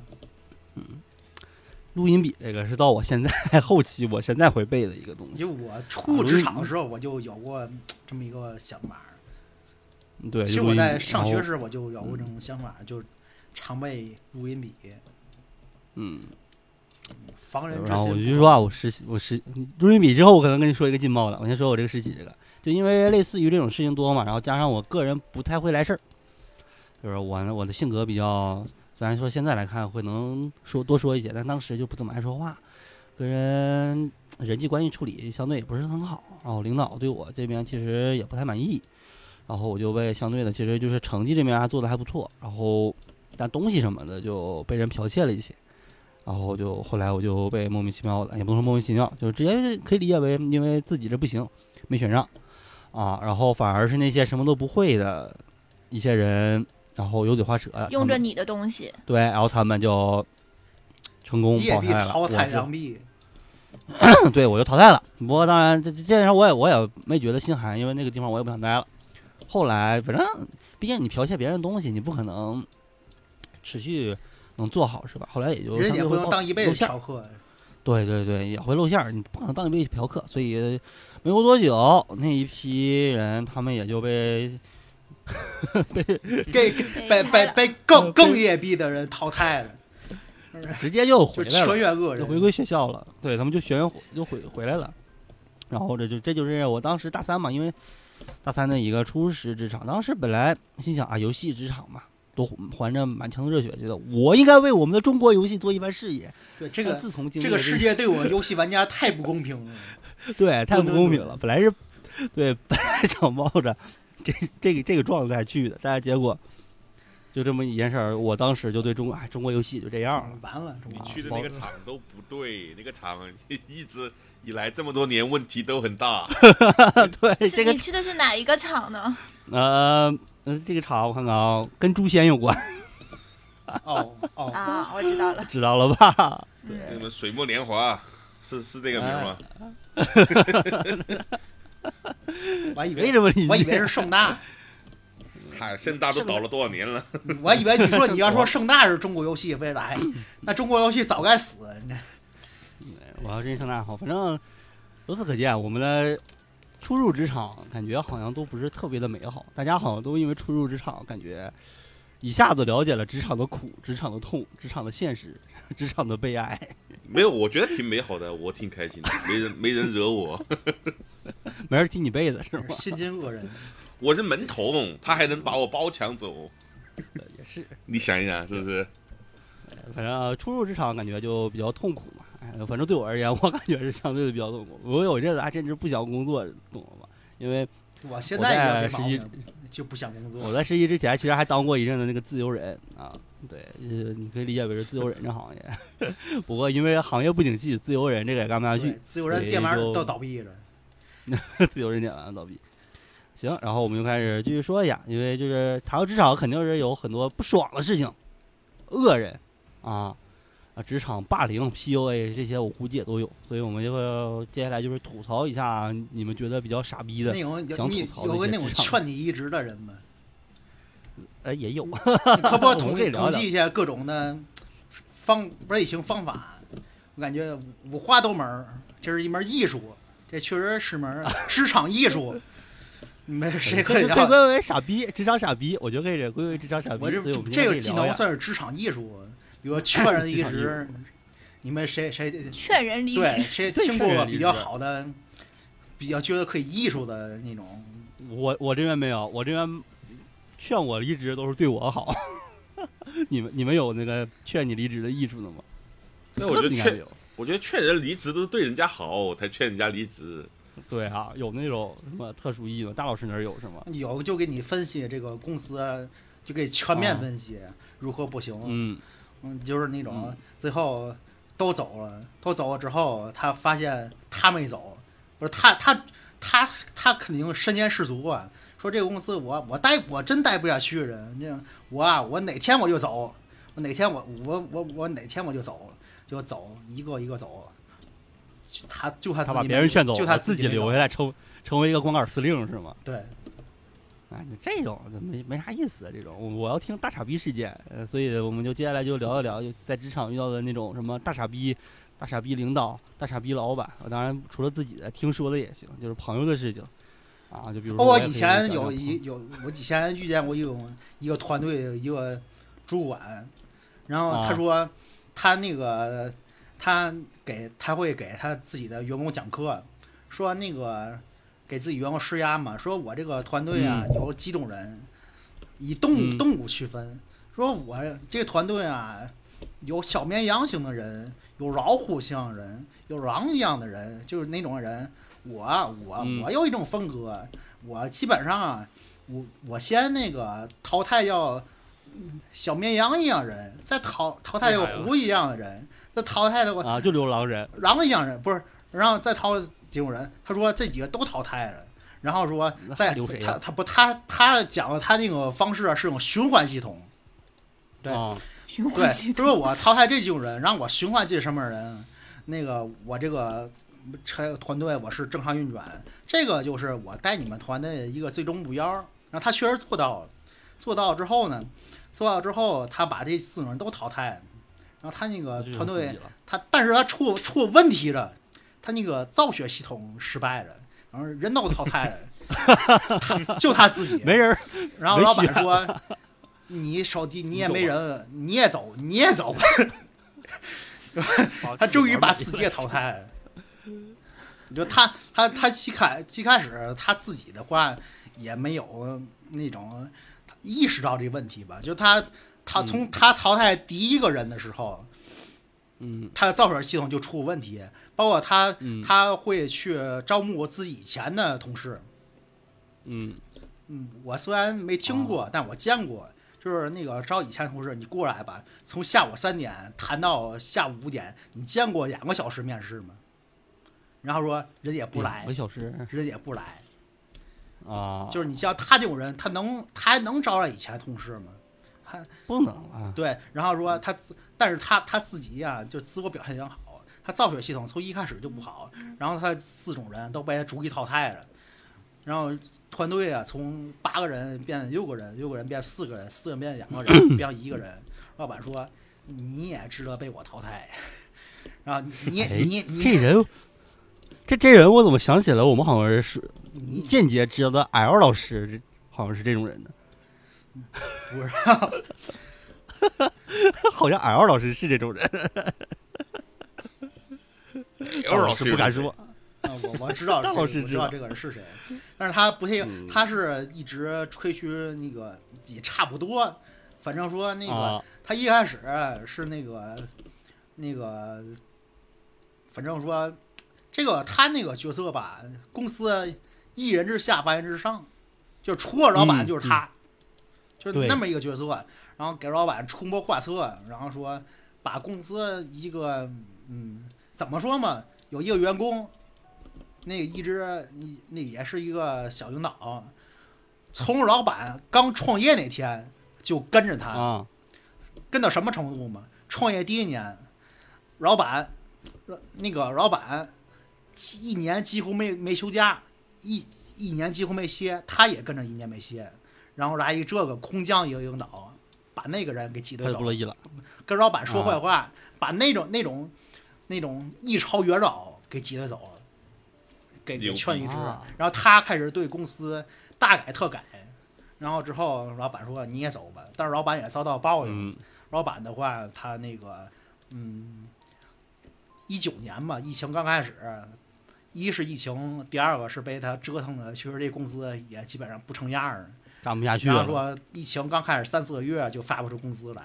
录音笔这个是到我现在 后期，我现在会背的一个东西。因为我啊初入职场的时候，我就有过这么一个想法。对，其实就录我音笔在上学，然后时我就有过这种想法，就是常备录音笔，嗯，防人之然后我心就不说啊，我实习，我实录音笔之后，我可能跟你说一个劲爆的。我先说我这个实习这个，就因为类似于这种事情多嘛，然后加上我个人不太会来事儿，就是我呢我的性格比较，虽然说现在来看会能说多说一些，但当时就不怎么爱说话，跟人呃人际关系处理相对也不是很好，然后领导对我这边其实也不太满意，然后我就被相对的其实就是成绩这边还啊做的还不错，然后但东西什么的就被人剽窃了一些。然后就后来我就被莫名其妙哎的，也不能说莫名其妙，就直接是可以理解为因为自己这不行，没选上啊，然后反而是那些什么都不会的一些人，然后油嘴滑舌，啊用他着们你的东西，对，然后他们就成功劣淘币汰了，淘我汰就良币，对我就淘汰了。不过当然这这件事我也我也没觉得心寒，因为那个地方我也不想待了。后来反正毕竟你剽窃别人的东西，你不可能持续能做好是吧？后来也就人相也对不会能爆当一辈露子馅儿嫖客。对对对，也会露馅儿，你不可能当一辈子嫖客。所以没过多久，那一批人他们也就被给哎被被被更更劣币的人淘汰了，直接又就回来全了，员恶就人。回归学校了。对他们就学员回就回回来了。然后这就这就是我当时大三嘛，因为大三的一个初识职场，当时本来心想啊，游戏职场嘛，都怀着满腔的热血，觉得我应该为我们的中国游戏做一番事业。对这但个自从经历这了个世界对我游戏玩家太不公平了。 对，太不对公对平了。本来是，对，本来想冒着这这个这个状态去的，但是结果就这么一件事儿，我当时就对中国，哎，中国游戏就这样了。 完了，中你国去的那个厂都不对，那个厂 一直以来这么多年问题都很大。对，是这你个去的是哪一个厂呢？呃，嗯，这个厂我看看啊，跟诛仙有关，哦 哦，啊，我知道了，知道了吧？那嗯，个水墨年华啊是是这个名儿吗？我还以没为什么理解，我以为是盛大，嗨，盛哎大都倒了多少年了？ 我还以为你说你要 说盛大是中国游戏未来，嗯那中国游戏早该死。我要真上大好，反正由此可见，我们的初入职场感觉好像都不是特别的美好，大家好像都因为初入职场，感觉一下子了解了职场的苦、职场的痛、职场的现实、职场的悲哀。没有，我觉得挺美好的，我挺开心的，没人没人惹我， 没人踢你被子是吗你？心惊恶人，我是门童，他还能把我包抢走，也是，你想一想是不是？反正初入职场感觉就比较痛苦嘛。哎，反正对我而言，我感觉是相对的比较痛苦。我有一阵子还真是不想工作，懂了吧？因为我现在也没毛我病，就不想工我作。在实习之前，其实还当过一阵子那个自由人啊，对，呃，你可以理解为是自由人这行业。 不过因为行业不景气，自由人这个也干不下对去，，自由人电玩都倒闭了，自由人点完了倒闭。行，然后我们就开始继续说一下，因为就是谈到职场，肯定是有很多不爽的事情，恶人啊啊，职场霸凌、PUA 这些我估计也都有，所以我们就会接下来就是吐槽一下你们觉得比较傻逼的那，种有想你吐槽的有个一些那种职场劝你一职的人 吗？呃，也有，可不可以我们统可以计聊统聊计一下各种的方类型方法？我感觉五花多门儿，这是一门艺术，这确实是门儿职场艺术。哎没 谁可以这这聊？归为傻逼，职场傻逼，我觉得可以归为职场傻逼。我这所以我们今这天可个以技聊一能下算是职场艺术，比如劝人一职场艺职，你们谁谁劝人离对职，谁对听劝过人离比较职好的，比较觉得可以艺术的那种？我我这边没有，我这边劝我离职都是对我好。 你们你们有那个劝你离职的艺术的吗？那我觉得应该劝，有。我觉得劝人离职都是对人家好才劝人家离职。对啊，有那种什么特殊艺术，大老师那儿有是吗？有就给你分析这个公司，就给全面分析如何不行。啊嗯，嗯，就是那种、嗯最后都走了，都走了之后，他发现他没走，不是他他他他肯定身先士卒啊，说这个公司我我待我真待不下去人，这样我啊我哪天我就走，我哪天我我我我哪天我就走，就走一个一个走了。就他就他自他己把别没人劝走，就他自己没留走下来，成成为一个光杆司令是吗？对，啊，你这种没没啥意思啊，这种我我要听大傻逼事件，呃，所以我们就接下来就聊一聊就在职场遇到的那种什么大傻逼、大傻逼领导、大傻逼老板。呃当然，除了自己的，听说的也行，就是朋友的事情啊，就比如说我也哦以可前讲有讲一有，我以前遇见过一种一个团队一个主管，然后他啊说他那个他给他会给他自己的员工讲课，说那个给自己员工施压嘛，说我这个团队啊有几种人，以动嗯动物区分，说我这个团队啊有小绵羊型的人，有老虎型的人，有狼一样的人，就是那种人。我啊我嗯我有一种风格，我基本上啊，我我先那个淘汰掉嗯小绵羊一样人，再淘淘汰掉狐一样的人，再淘汰掉啊，就流浪人狼一样人，不是，然后再淘几种人。他说这几个都淘汰了，然后说在流水啊他呀他不他他讲了他那个方式啊是种循环系统，对哦 循对环系，就统是我淘汰这几种人，让我循环这什么人，那个我这个车团队我是正常运转，这个就是我带你们团队的一个最终目标。然后他确实做到了，做到之后呢，做到之后他把这四种人都淘汰了，然后他那个这就团是自队己了他但是他出出问题了，他那个造血系统失败了，然后人都淘汰了， 他就他自己。没人儿，然后老板说：“你手机你也没人，你也走，你也走。好” 他终于把自己也淘汰了。你说他他他一开一开始他自己的话也没有那种意识到这个问题吧？就他他从他淘汰第一个人的时候， 嗯他的造水系统就出问题，包括他嗯他会去招募自己以前的同事。嗯，嗯，我虽然没哦听过，但我见过，就是那个招以前的同事，你过来吧，从下午三点谈到下午五点，你见过两个小时面试吗？然后说人也不来两个，小时人也不来，啊，就是你像他这种人，他能他还能招来以前的同事吗？还不能啊，对，然后说他自，但是他他自己呀、就自我表现良好，他造血系统从一开始就不好，然后他四种人都被他逐一淘汰了，然后团队啊从八个人变六个人，六个人变四个人，四个人变两个人，变一个人。老板说你也值得被我淘汰，然后你哎你你这人，这这人我怎么想起来，我们好像是你间接知道的 L 老师，这好像是这种人的，不知道， 好像 L 老师是这种人， L 哎老师师哦不敢说，啊我我知道这大个，老我师知知道道这个人是谁，但是他不太嗯，他是一直吹嘘那个也差不多，反正说那个啊，他一开始是那个那个，反正说这个他那个角色吧，公司一人之下万人之上，就除了老板嗯就是他，就是对那么一个角色。然后给老板出谋划策，然后说把公司一个嗯怎么说嘛，有一个员工，那个一直一那也是一个小领导，从老板刚创业那天就跟着他。啊，跟到什么程度吗？创业第一年，老板，呃那个老板，一年几乎没没休假，一一年几乎没歇，他也跟着一年没歇，然后来一这个空降一个领导，把那个人给挤他就兑走不，乐意啊了，跟老板说坏话，把那种那种那种一朝元老给挤兑走了，给给牛劝离职啊，然后他开始对公司大改特改，然后之后老板说你也走吧，但是老板也遭到报应。嗯老板的话，他那个，嗯，一九年吧，疫情刚开始，一是疫情，第二个是被他折腾的，其实这公司也基本上不成样儿。干不下去然后了，说疫情刚开始三四个月就发不出工资来，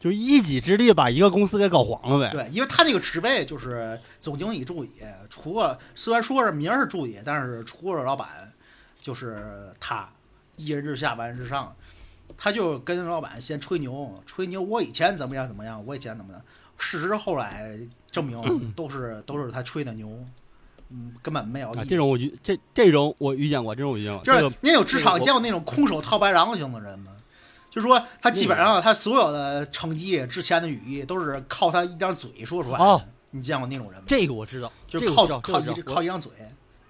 就一己之力把一个公司给搞黄了呗，对，因为他那个职位就是总经理助理，呃除了虽然说是名儿是助理，但是除了老板就是他，一人之下万人之上。他就跟老板先吹牛，吹牛我以前怎么样怎么样，我以前怎么样。事实后来证明都是都是他吹的牛，嗯，根本没有意义。啊，这种我遇这这种我遇见过，这种我遇见过，就这是个您有职这个场我见过那种空手套白狼型的人吗？就说他基本上他所有的成绩、之前的语义都是靠他一张嘴说出来的。哦你见过那种人吗？这个我知道，就这是个靠我知道靠这个我一知道靠一张嘴，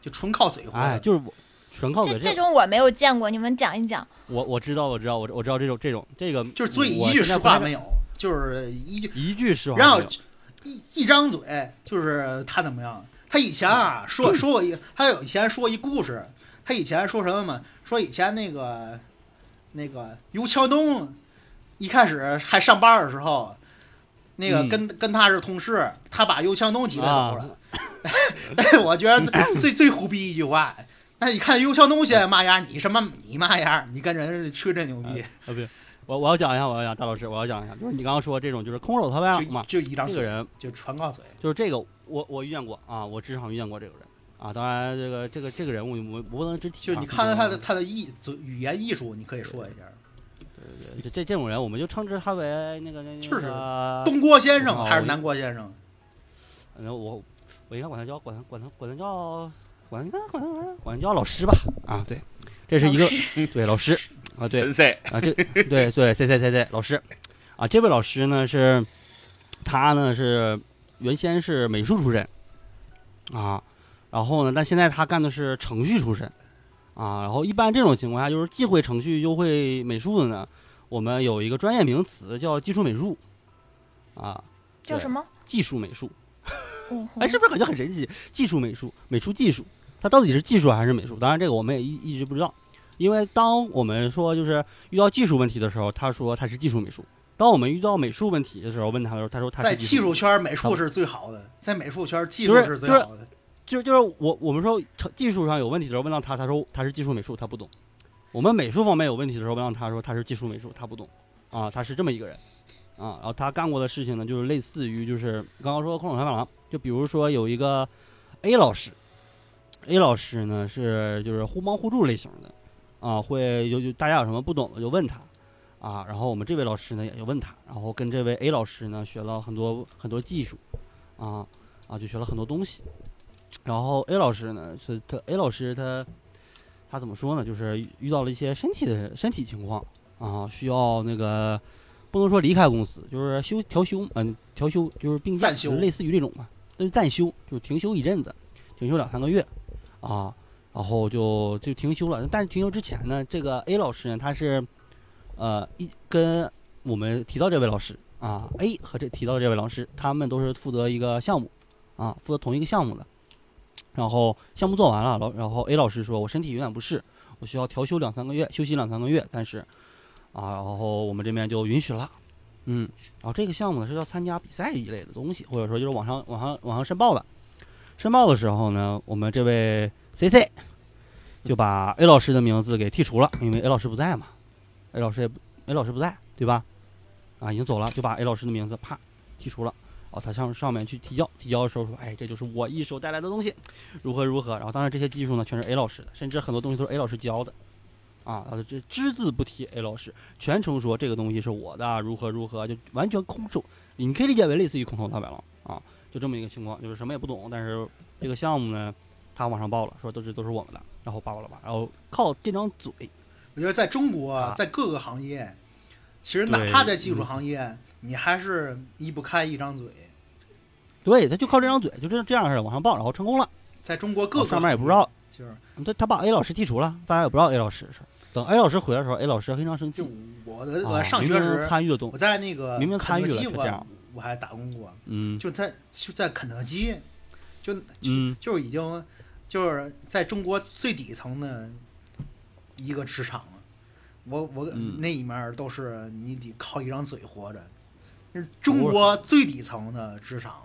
就纯靠嘴活哎，的。就是哦我全靠这嘴这这，种我没有见过，你们讲一讲。我我知道我知道我我知道这种这种这个，就是嘴我一句现在实不太话没有，就是一句，一句实话没有，然后一一张嘴就是他怎么样？他以前啊说说过一，他有以前说一故事，他以前说什么嘛？说以前那个那个尤乔东一开始还上班的时候。那个嗯跟、跟他是同事，他把尤强东挤兑走啊了。，但 我觉得 最最胡逼一句话，那你看尤强东嗯现在嘛样，你什么你嘛样，你跟人吹这牛逼，啊不，我我要讲一下，我要讲大老师，我要讲一下，就是你刚刚说这种就是空手套白狼嘛，就就一张这嘴，个人就全靠嘴。就是这个我我遇见过啊，我职场遇见过这个人啊，当然这个这个这个人我我我不能只提啊，就是你看看他的毕他的艺嘴语言艺术，你可以说一下，竟这这这种人我们就称之他为那个那那就是个，呃东郭先生啊哦还是南郭先生？然后我我应该管他叫管他管他管他叫管管管管叫老师吧啊，对，这是一个老师对老 师啊，对神塞， 啊，这对对，谁谁谁谁老师啊，这位老师呢是，他呢是原先是美术出身啊，然后呢，但现在他干的是程序出身啊，然后一般这种情况下就是既会程序又会美术的呢，我们有一个专业名词叫技术美术啊，叫对什么？技术美术，哦吼哎，是不是感觉很神奇？技术美术，美术技术，它到底是技术还是美术？当然，这个我们也一一直不知道，因为当我们说就是遇到技术问题的时候，他说他是技术美术；当我们遇到美术问题的时候，问他的时候，他说他在是技术术，圈，美术是最好的，在美术圈，技术是最好的。就是就是我我们说技术上有问题的时候，问到他，他说他是技术美术，他不懂；我们美术方面有问题的时候，问到他说他是技术美术，他不懂。啊，他是这么一个人。啊，然后他干过的事情呢，就是类似于就是刚刚说空手三法郎，就比如说有一个 A 老师，A 老师呢是就是互帮互助类型的，啊，会有有大家有什么不懂的就问他，啊，然后我们这位老师呢也就问他，然后跟这位 A 老师呢学了很多很多技术，啊啊就学了很多东西，然后 A 老师呢是他 A 老师他他怎么说呢，就是遇到了一些身体的身体情况啊，需要那个。不能说离开公司，就是休调休，嗯、调休就是病假，暂休就是类似于这种嘛，就是暂休，就是停休一阵子，停休两三个月，啊，然后就就停休了。但是停休之前呢，这个 A 老师呢，他是，呃，一跟我们提到这位老师啊，A 和这提到这位老师，他们都是负责一个项目，啊，负责同一个项目的。然后项目做完了，老然后 A 老师说，我身体有点不适，我需要调休两三个月，休息两三个月。但是，啊，然后我们这边就允许了，嗯，然后这个项目呢是要参加比赛一类的东西，或者说就是网上网上网上申报的。申报的时候呢，我们这位 C C 就把 A 老师的名字给剔除了，因为 A 老师不在嘛，A 老师也不 A 老师不在，对吧？啊，已经走了，就把 A 老师的名字啪剔除了。哦，他上上面去提交，提交的时候说，哎，这就是我一手带来的东西，如何如何。然后当然这些技术呢，全是 A 老师的，甚至很多东西都是 A 老师教的，啊，他这只字不提 A 老师，全程说这个东西是我的，如何如何，就完全空手，你可以理解为类似于空手套白狼啊，就这么一个情况，就是什么也不懂，但是这个项目呢，他往上报了，说都是都是我们的，然后叭叭叭叭，然后靠这张嘴，我觉得在中国啊，在各个行业，其实对嗯哪怕在技术行业，你还是移不开一张嘴。对，他就靠这张嘴，就这这样式的往上报，然后成功了，哦在中国各个上面也不知道，就是他他把 A 老师剔除了，大家也不知道 A 老师的事儿。等 A 老师回来的时候，A 老师非常生气就，我的啊我上学明明时，参与的东我，在那个明明肯参与德了基却这样我我还打工过，嗯就在就在肯德基，就就嗯，就已经就是在中国最底层的一个职场了。我我、嗯那一面儿都是你得靠一张嘴活着，那是中国最底层的职场。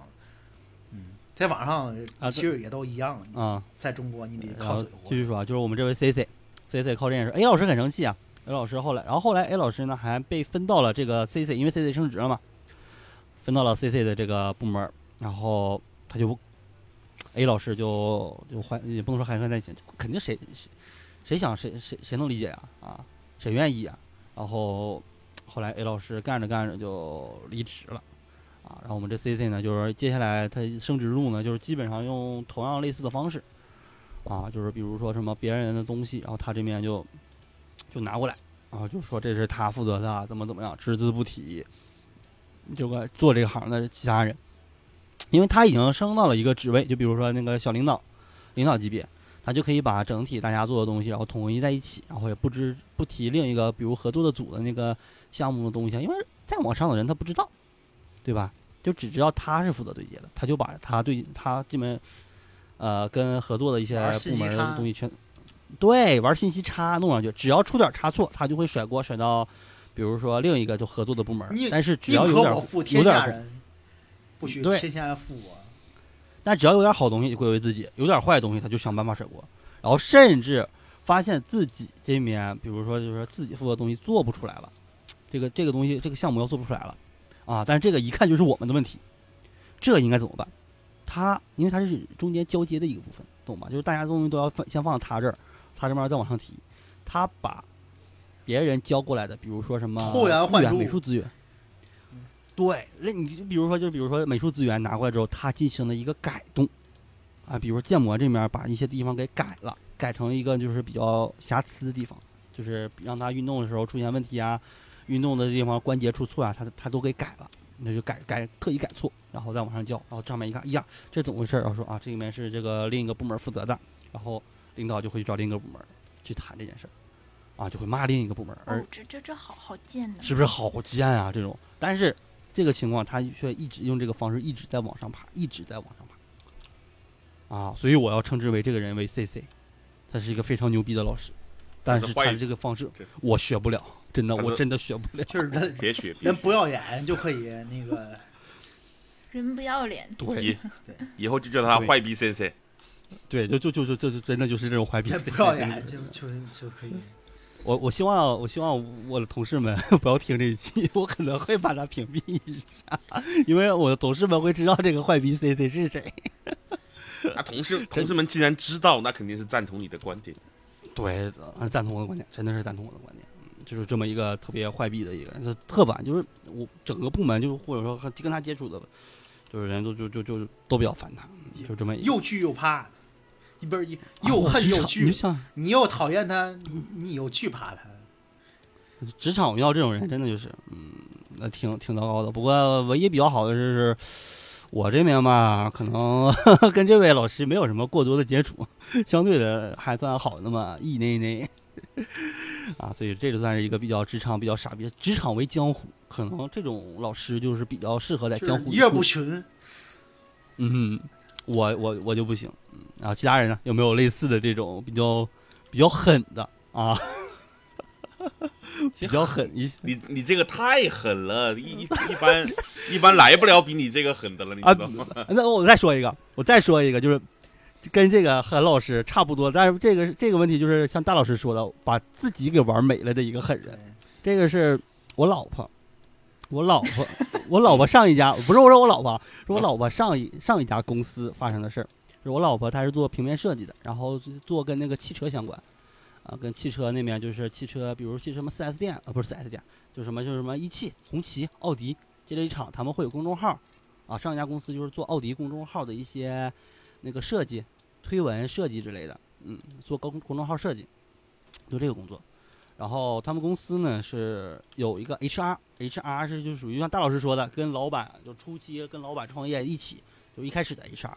嗯，在网上啊其实也都一样，啊。在中国你得然后靠嘴活继着。续说啊，就是我们这位 C C C C 靠这件事，A 老师很生气啊。A 老师后来，然后后来 A 老师呢还被分到了这个 C C，因为 C C 升职了嘛，分到了 C C 的这个部门儿，然后他就 A 老师就就怀也不能说怀恨在心，肯定谁谁谁想谁谁谁能理解呀啊谁愿意啊？然后后来 A 老师干着干着就离职了。啊，然后我们这 C C 呢，就是接下来他升职路呢，就是基本上用同样类似的方式，啊，就是比如说什么别人的东西，然后他这边就就拿过来，啊，就说这是他负责的啊，怎么怎么样，只字不提，就个做这个行的其他人，因为他已经升到了一个职位，就比如说那个小领导，领导级别，他就可以把整体大家做的东西，然后统一在一起，然后也不知不提另一个比如合作的组的那个项目的东西，因为再往上的人他不知道，对吧？就只知道他是负责对接的，他就把他对他这边，呃，跟合作的一些玩信部息门差的东西全，对，玩信息差弄上去，只要出点差错，他就会甩锅甩到，比如说另一个就合作的部门宁，但是只宁要有可点我负有天点下儿人，不许对天下人负我。但只要有点好东西就归为自己，有点坏东西他就想办法甩锅，然后甚至发现自己这面，比如说就是说自己负责的东西做不出来了，这个这个东西这个项目要做不出来了，啊，但是这个一看就是我们的问题，这应该怎么办？他因为他是中间交接的一个部分，懂吧？就是大家东西都要放先放到他这儿，他这边再往上提，他把别人交过来的，比如说什么后援换资源柱美术资源。对，那你就比如说，就比如说美术资源拿过来之后，他进行了一个改动，啊，比如说建模这面把一些地方给改了，改成一个就是比较瑕疵的地方，就是让它运动的时候出现问题啊，运动的地方关节出错啊，它它都给改了，那就改改特意改错，然后再往上交，然后上面一看，哎呀，这怎么回事儿？然后说啊，这里面是这个另一个部门负责的，然后领导就会去找另一个部门去谈这件事儿，啊，就会骂另一个部门，而哦，这这这好好贱呢。是不是好贱啊？这种，但是这个情况他却一直用这个方式一直在往上爬，一直在往上爬，啊，所以我要称之为这个人为 C C，他是一个非常牛逼的老师，但是是坏他的这个方式这我学不了，真的他我是真的学不了，就是人别学，别人学，不要脸就可以那个，人不要脸， 对以以后就叫他对坏逼先生。对，就就就就就就真的就是这种坏脾人气，不要脸就就就可以。嗯我我希望我希望我的同事们 不要听这一期，我可能会把他屏蔽一下，因为我的同事们会知道这个坏逼 C C 是谁。那同事同事们既然知道，那肯定是赞同你的观点。对，呃赞同我的观点，真的是赞同我的观点。嗯就是这么一个特别坏逼的一个人，是特板，就是我整个部门，就是或者说和跟他接触的，就是人都就就就都比较烦他，嗯就这么一个又惧又怕，一边一啊又我恨职又场你就惧，像你又讨厌他，你你又惧怕他。职场要这种人，真的就是，嗯，那挺挺糟糕的。不过唯一比较好的是，我这边吧，可能 跟这位老师没有什么过多的接触，相对的还算好那么一内内啊，所以这就算是一个比较职场比较傻逼，职场为江湖，可能这种老师就是比较适合在就是哎江湖一里夜混不巡，嗯，我我我就不行。嗯，然后其他人呢，有没有类似的这种比较比较狠的啊？ 比较狠一些你你这个太狠了，一一一般一般来不了比你这个狠的了，你啊知道吗？ 那我再说一个，我再说一个，就是跟这个韩老师差不多，但是这个这个问题就是像大老师说的，把自己给玩没了的一个狠人。哎这个是我老婆，我老婆，我老婆上一家不是我说我老婆啊，是我老婆上一上一家公司发生的事儿。是我老婆她是做平面设计的，然后就是做跟那个汽车相关，啊，跟汽车那边就是汽车，比如汽车什么4 S 店啊，不是4 S 店，就什么就是什么一汽、红旗、奥迪这类厂，他们会有公众号，啊，上一家公司就是做奥迪公众号的一些那个设计、推文设计之类的，嗯，做公公众号设计，做这个工作。然后他们公司呢是有一个 HR，HR 是就属于像大老师说的，跟老板就初期跟老板创业一起，就一开始的 HR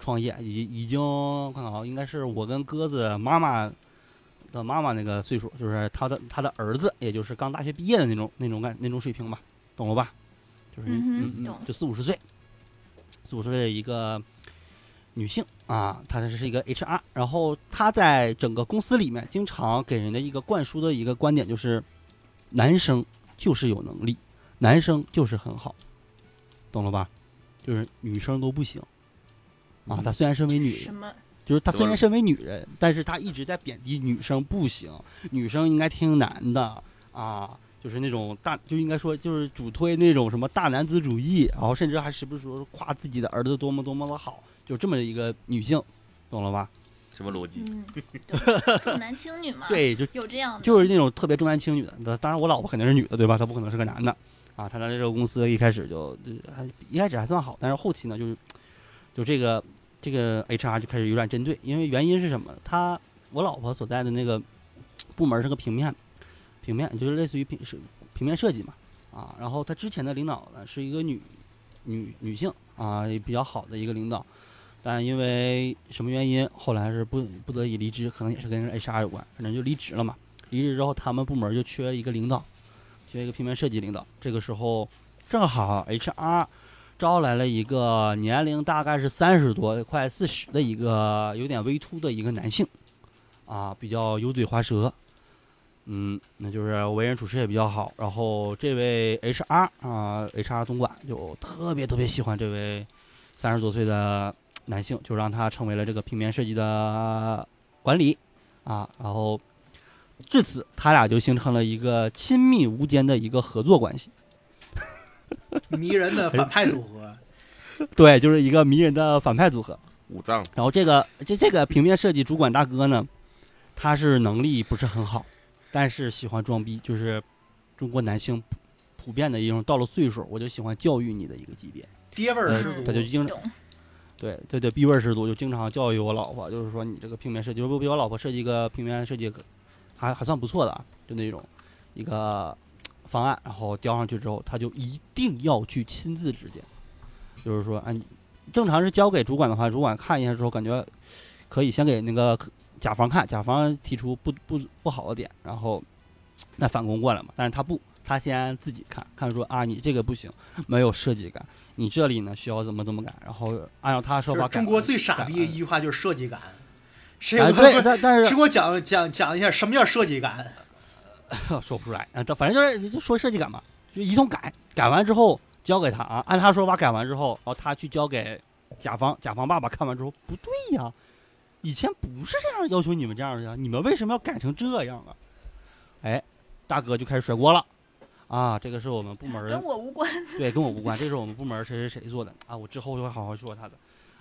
创业已已经我看看啊，应该是我跟鸽子妈妈的妈妈那个岁数，就是他的他的儿子，也就是刚大学毕业的那种那种感那种水平吧，懂了吧？就是嗯哼嗯嗯懂就四五十岁，四五十岁的一个女性啊，她这是一个 HR，然后她在整个公司里面经常给人的一个灌输的一个观点就是，男生就是有能力，男生就是很好，懂了吧？就是女生都不行啊。她虽然身为女人什，么？就是她怎么虽然了身为女人，但是她一直在贬低女生不行，女生应该听男的啊，就是那种大就应该说就是主推那种什么大男子主义，然后甚至还时不时说夸自己的儿子多么多么的好，就这么一个女性，懂了吧？什么逻辑？嗯， 懂重男轻女嘛，，对，就有这样的，就是那种特别重男轻女的。那当然，我老婆肯定是女的，对吧？她不可能是个男的啊。她在这个公司一开始就就还一开始还算好，但是后期呢，就是就这个这个 HR 就开始有点针对，因为原因是什么？她我老婆所在的那个部门是个平面，平面就是类似于平是平面设计嘛啊。然后她之前的领导呢是一个女女女性啊，也比较好的一个领导。但因为什么原因，后来是不不得已离职，可能也是跟 HR 有关，反正就离职了嘛。离职之后，他们部门就缺一个领导，缺一个平面设计领导。这个时候正好 HR 招来了一个年龄大概是三十多、快四十的一个有点微秃的一个男性，啊，比较油嘴滑舌，嗯，那就是为人处事也比较好。然后这位 HR 啊，HR 总管就特别特别喜欢这位三十多岁的男性，就让他成为了这个平面设计的管理啊，然后。至此，他俩就形成了一个亲密无间的一个合作关系。 迷人的哎反派组合，对，就是一个迷人的反派组合。五脏然后这个这这个平面设计主管大哥呢，他是能力不是很好，但是喜欢装逼，就是中国男性普普遍的一种到了岁数我就喜欢教育你的一个级别。爹味儿呃十足他。就经常懂，对对对，逼味儿十足，就经常教育我老婆，就是说你这个平面设计，我给我老婆设计一个平面设计，还还算不错的啊，就那种一个方案，然后交上去之后，她就一定要去亲自指点，就是说，哎，正常是交给主管的话，主管看一下之后感觉可以，先给那个甲方看，甲方提出不不不好的点，然后那反攻过来嘛，但是他不，他先自己看看说啊，你这个不行，没有设计感。你这里呢需要怎么怎么改，然后按照他的说就是法改。中国最傻逼的改一句话就是设计感，谁哎，有对，但但 谁是给我讲讲讲一下什么叫设计感？说不出来，啊，但反正就是就说设计感嘛，就一通改，改完之后交给他啊，按他说法改完之后，然后他去交给甲方，甲方爸爸看完之后，不对呀，以前不是这样要求你们这样的呀，你们为什么要改成这样啊？哎，大哥就开始甩锅了，啊，这个是我们部门儿跟我无关。对，跟我无关，这是我们部门儿谁谁谁做的啊，我之后会好好说他的，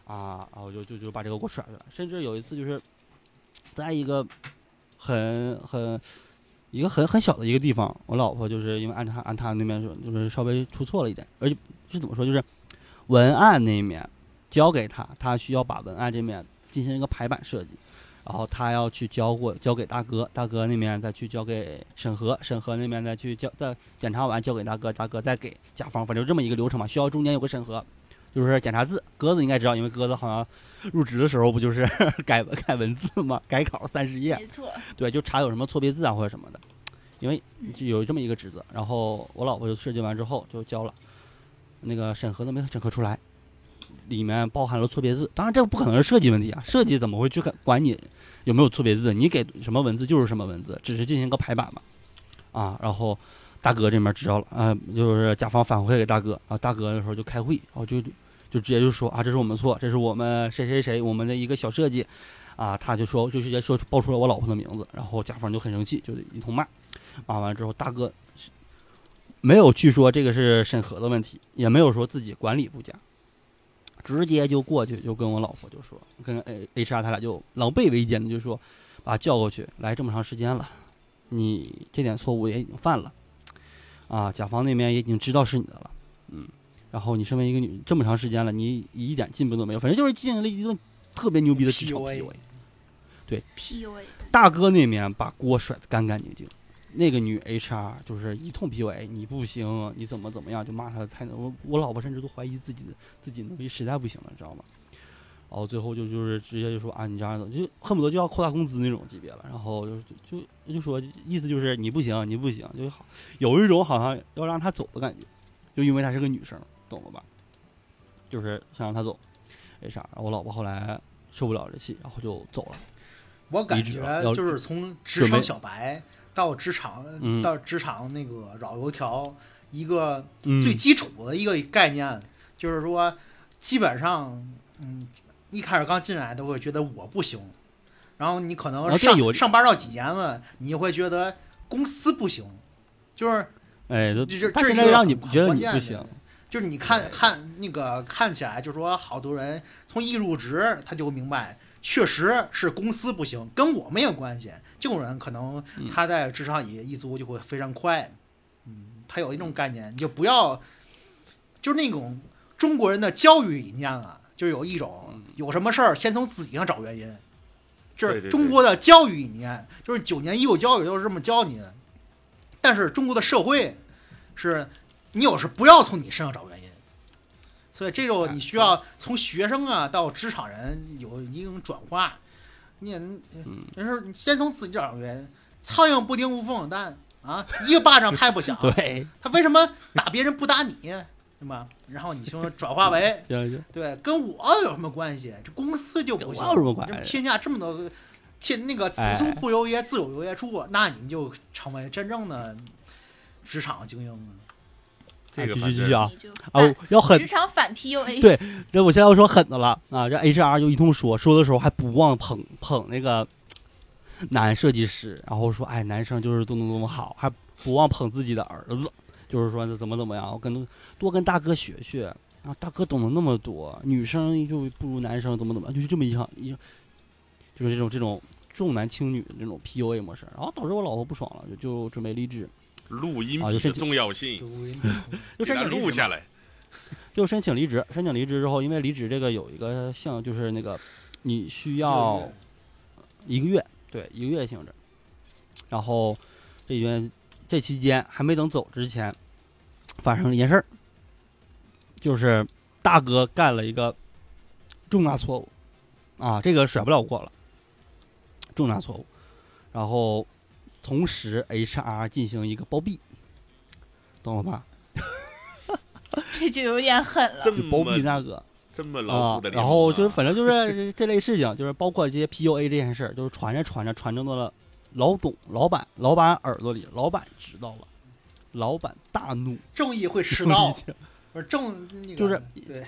啊，然后就就就把这个给我甩出来。甚至有一次就是，在一个很很一个很很小的一个地方，我老婆就是因为按她按她那边说，就是稍微出错了一点，而且是怎么说，就是文案那面交给她，她需要把文案这面进行一个排版设计。然后她要去交过交给大哥，大哥那边再去交给审核，审核那边再去交再检查完交给大哥，大哥再给甲方，反正这么一个流程嘛，需要中间有个审核，就是检查字。鸽子应该知道，因为鸽子好像入职的时候不就是改改文字嘛，改考三十页，没错，对，就查有什么错别字啊或者什么的，因为就有这么一个职责。然后我老婆就设计完之后就交了，那个审核都没审核出来，里面包含了错别字。当然这不可能是设计问题啊，设计怎么会去管你有没有错别字？你给什么文字就是什么文字，只是进行一个排版嘛。啊，然后大哥这边知道了，啊，就是甲方反馈给大哥，啊，大哥那时候就开会，然后就就直接就说啊，这是我们错，这是我们谁谁谁我们的一个小设计，啊，他就说就直接说报出了我老婆的名字，然后甲方就很生气，就一通骂，骂完之后大哥是没有去说这个是审核的问题，也没有说自己管理不佳，直接就过去就跟我老婆就说，跟 A H R 他俩就狼狈为奸的就说，把他叫过去来这么长时间了，你这点错误也已经犯了，啊，甲方那边也已经知道是你的了，嗯。然后你身为一个女，这么长时间了，你一点进步都没有，反正就是进行了一顿特别牛逼的职场 PUA PUA。 PUA 大哥那面把锅甩得干干净净，那个女 HR 就是一通 PUA，你不行，你怎么怎么样，就骂她太能。我我老婆甚至都怀疑自己的自己能力实在不行了，你知道吗？然后最后就就是直接就说啊，你这样的就恨不得就要扣大工资那种级别了。然后就就就就说意思就是你不行，你不行，就好有一种好像要让她走的感觉，就因为她是个女生，懂了吧？就是想让她走，HR。我老婆后来受不了这气，然后就走了。我感觉就是从职场小白到职场嗯到职场那个老油条，一个嗯最基础的一个概念，就是说，基本上，嗯，一开始刚进来都会觉得我不行，然后你可啊能对上、有上班到几年了，你就会觉得公司不行，就是哎，都这这他这现一在个让你很觉得关你键不的行，就是你看看那个看起来，就说好多人从一入职他就明白，确实是公司不行，跟我没有关系。这种人可能嗯，他在职场也一租就会非常快，嗯，他有一种概念，你就不要，就是那种中国人的教育理念啊，就有一种有什么事儿先从自己上找原因，就嗯对对是对中国的教育理念，就是九年义务教育都是这么教你的，但是中国的社会是，你有时不要从你身上找原因。所以这种你需要从学生啊到职场人有一种转化，你也嗯人说你先从自己找原因，苍蝇不叮无缝的蛋啊，一个巴掌拍不响对，他为什么打别人不打你，对吧？然后你就转化为行行，对，跟我有什么关系？这公司就不跟行，我有什么关系这天下这么多个，天那个此处不留爷，自有留爷处，那你就成为真正的职场精英了。这个继反续继正续啊你就啊，反我要狠职，场反 PUA，对这我现在要说狠的了啊，这 HR 就一通说，说的时候还不忘捧捧那个男设计师，然后说哎，男生就是多么多么好，还不忘捧自己的儿子，就是说怎么怎么样，我跟多跟大哥学学啊，大哥懂得那么多，女生就不如男生怎么怎么样，就是这么一场一场，就是这种这种重男轻女的这种 PUA 模式，然后导致我老婆不爽了，就就准备离职。录音啊就笔的是重要性，就就 给申它请离录职嘛下来。就申请离职，申请离职之后，因为离职这个有一个性，就是那个你需要一个月，对，一个月性质。然后这边这期间还没等走之前，发生了一件事儿，就是大哥干了一个重大错误啊，这个甩不了过了，重大错误。然后同时 HR 进行一个包庇，懂了吧？这就有点狠了。这就包庇么大哥，这么牢啊固的，联盟啊、然后就是反正就是这类事情，就是包括这些 PUA 这件事儿，就是传着传着传到了老董、老板、老板耳朵里，老板知道了，老板大怒，正义会迟终于到，就不是正那 个就是对，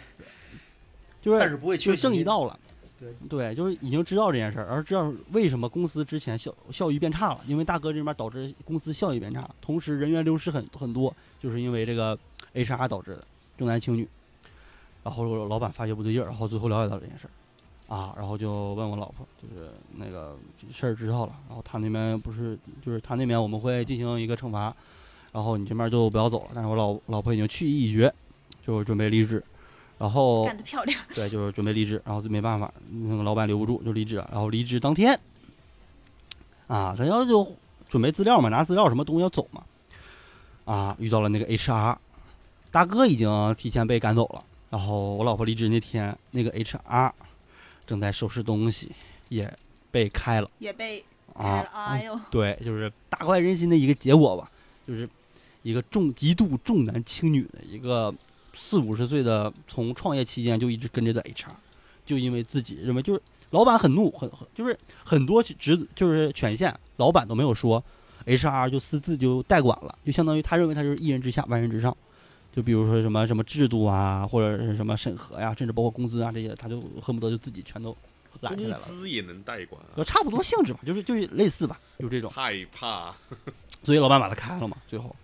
就但是是不会就缺是席正义。到了，对就是已经知道这件事儿，而知道为什么公司之前效效益变差了，因为大哥这边导致公司效益变差，同时人员流失很很多，就是因为这个 HR 导致的重男轻女。然后老板发觉不对劲儿，然后最后了解到这件事儿，啊，然后就问我老婆，就是那个这事儿知道了，然后他那边不是就是他那边我们会进行一个惩罚，然后你这边就不要走了，但是我老老婆已经去意已决，就准备离职，然后干得漂亮！对，就是准备离职，然后就没办法，那个老板留不住就离职了，然后离职当天，啊，咱要就准备资料嘛，拿资料什么东西要走嘛，啊，遇到了那个 HR，大哥已经提前被赶走了，然后我老婆离职那天，那个 HR 正在收拾东西，也被开了也被开啊了，，哎呦，对，就是大快人心的一个结果吧，就是一个重极度重男轻女的一个四五十岁的，从创业期间就一直跟着的 HR，就因为自己认为就是老板很怒，很很就是很多职就是权限老板都没有说，HR 就私自就代管了，就相当于他认为他就是一人之下万人之上。就比如说什么什么制度啊，或者是什么审核呀、甚至包括工资啊这些，他就恨不得就自己全都揽下来工了，资也能代管、啊，就差不多性质吧，就是就是类似吧，就这种。害怕啊所以老板把他开了嘛，最后，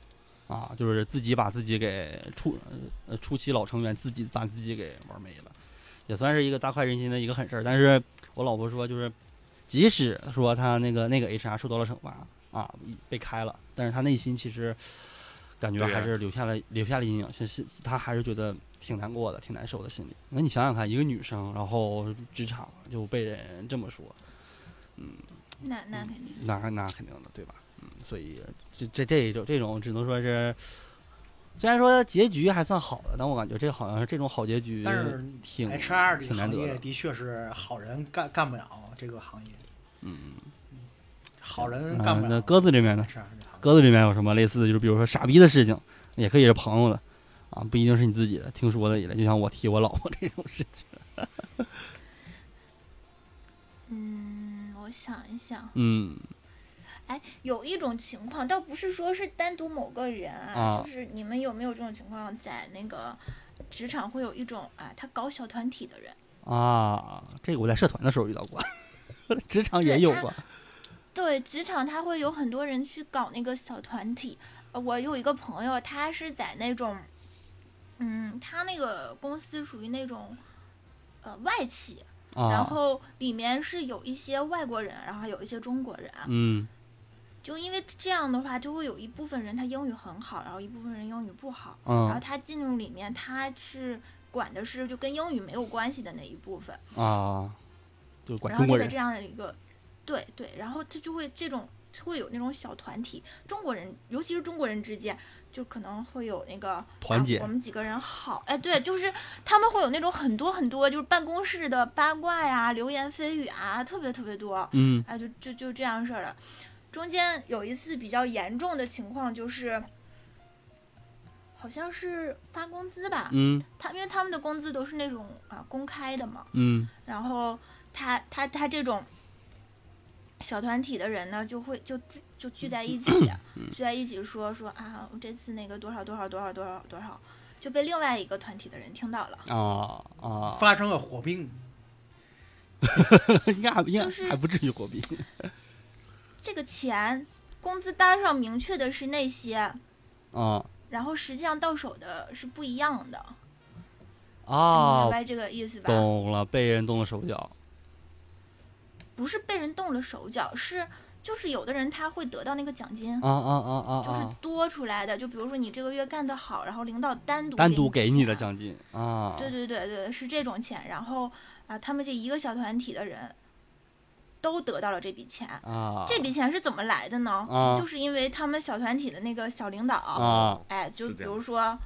啊，就是自己把自己给初呃初期老成员自己把自己给玩没了，也算是一个大快人心的一个狠事儿。但是我老婆说，就是即使说他那个那个 HR 受到了惩罚啊，被开了，但是他内心其实感觉对啊还是留下了、留下了阴影，是是，他还是觉得挺难过的，挺难受的心里。那你想想看，一个女生，然后职场就被人这么说，嗯那那肯定。那那肯定的，对吧？嗯，所以这这这种这种只能说是，虽然说结局还算好的，但我感觉这好像是这种好结局，但是挺 HR 这个挺难行得业的的确是好人干干不了这个行业，嗯，好人啊干不那了。鸽子这边呢？ HR 这行业鸽子这边有什么类似的，就是比如说傻逼的事情，也可以是朋友的啊，不一定是你自己的，听说的也就像我提我老婆 这种事情，嗯，我想一想，嗯哎，有一种情况，倒不是说是单独某个人啊，啊就是你们有没有这种情况，在那个职场会有一种啊，他搞小团体的人，啊，这个我在社团的时候遇到过， 职场也对有他过，对，职场他会有很多人去搞那个小团体。呃我有一个朋友，他是在那种，嗯，他那个公司属于那种，呃，外企，然啊，后里面是有一些外国人，然后有一些中国人。啊嗯就因为这样的话，就会有一部分人他英语很好，然后一部分人英语不好。然后嗯他进入里面，他是管的是就跟英语没有关系的那一部分。啊，就管然后中就国在人这样的一个，对对，然后他就会这种会有那种小团体，中国人尤其是中国人之间，就可能会有那个团啊结我们几个人好，哎，对，就是他们会有那种很多很多就是办公室的八卦呀、流言蜚语啊，特别特别多，嗯哎，就就就这样事儿了。中间有一次比较严重的情况就是，好像是发工资吧，嗯他因为他们的工资都是那种啊公开的嘛，嗯然后他他他这种小团体的人呢，就会就自就聚在一起， 聚在一起说说啊，我这次那个多少多少多少多少多少，就被另外一个团体的人听到了。啊 啊，发生了火并，应该还应该就是还不至于火币。这个钱工资单上明确的是那些，啊然后实际上到手的是不一样的，你啊明，白这个意思吧？懂了，被人动了手脚不是被人动了手脚，是就是有的人他会得到那个奖金，啊啊啊啊就是啊！多出来的。就比如说你这个月干得好，然后领导单独单独给给你的钱奖金啊，对对对对，是这种钱。然后啊，他们这一个小团体的人都得到了这笔钱。啊，这笔钱是怎么来的呢？啊就是因为他们小团体的那个小领导，啊哎，就是比这样如说，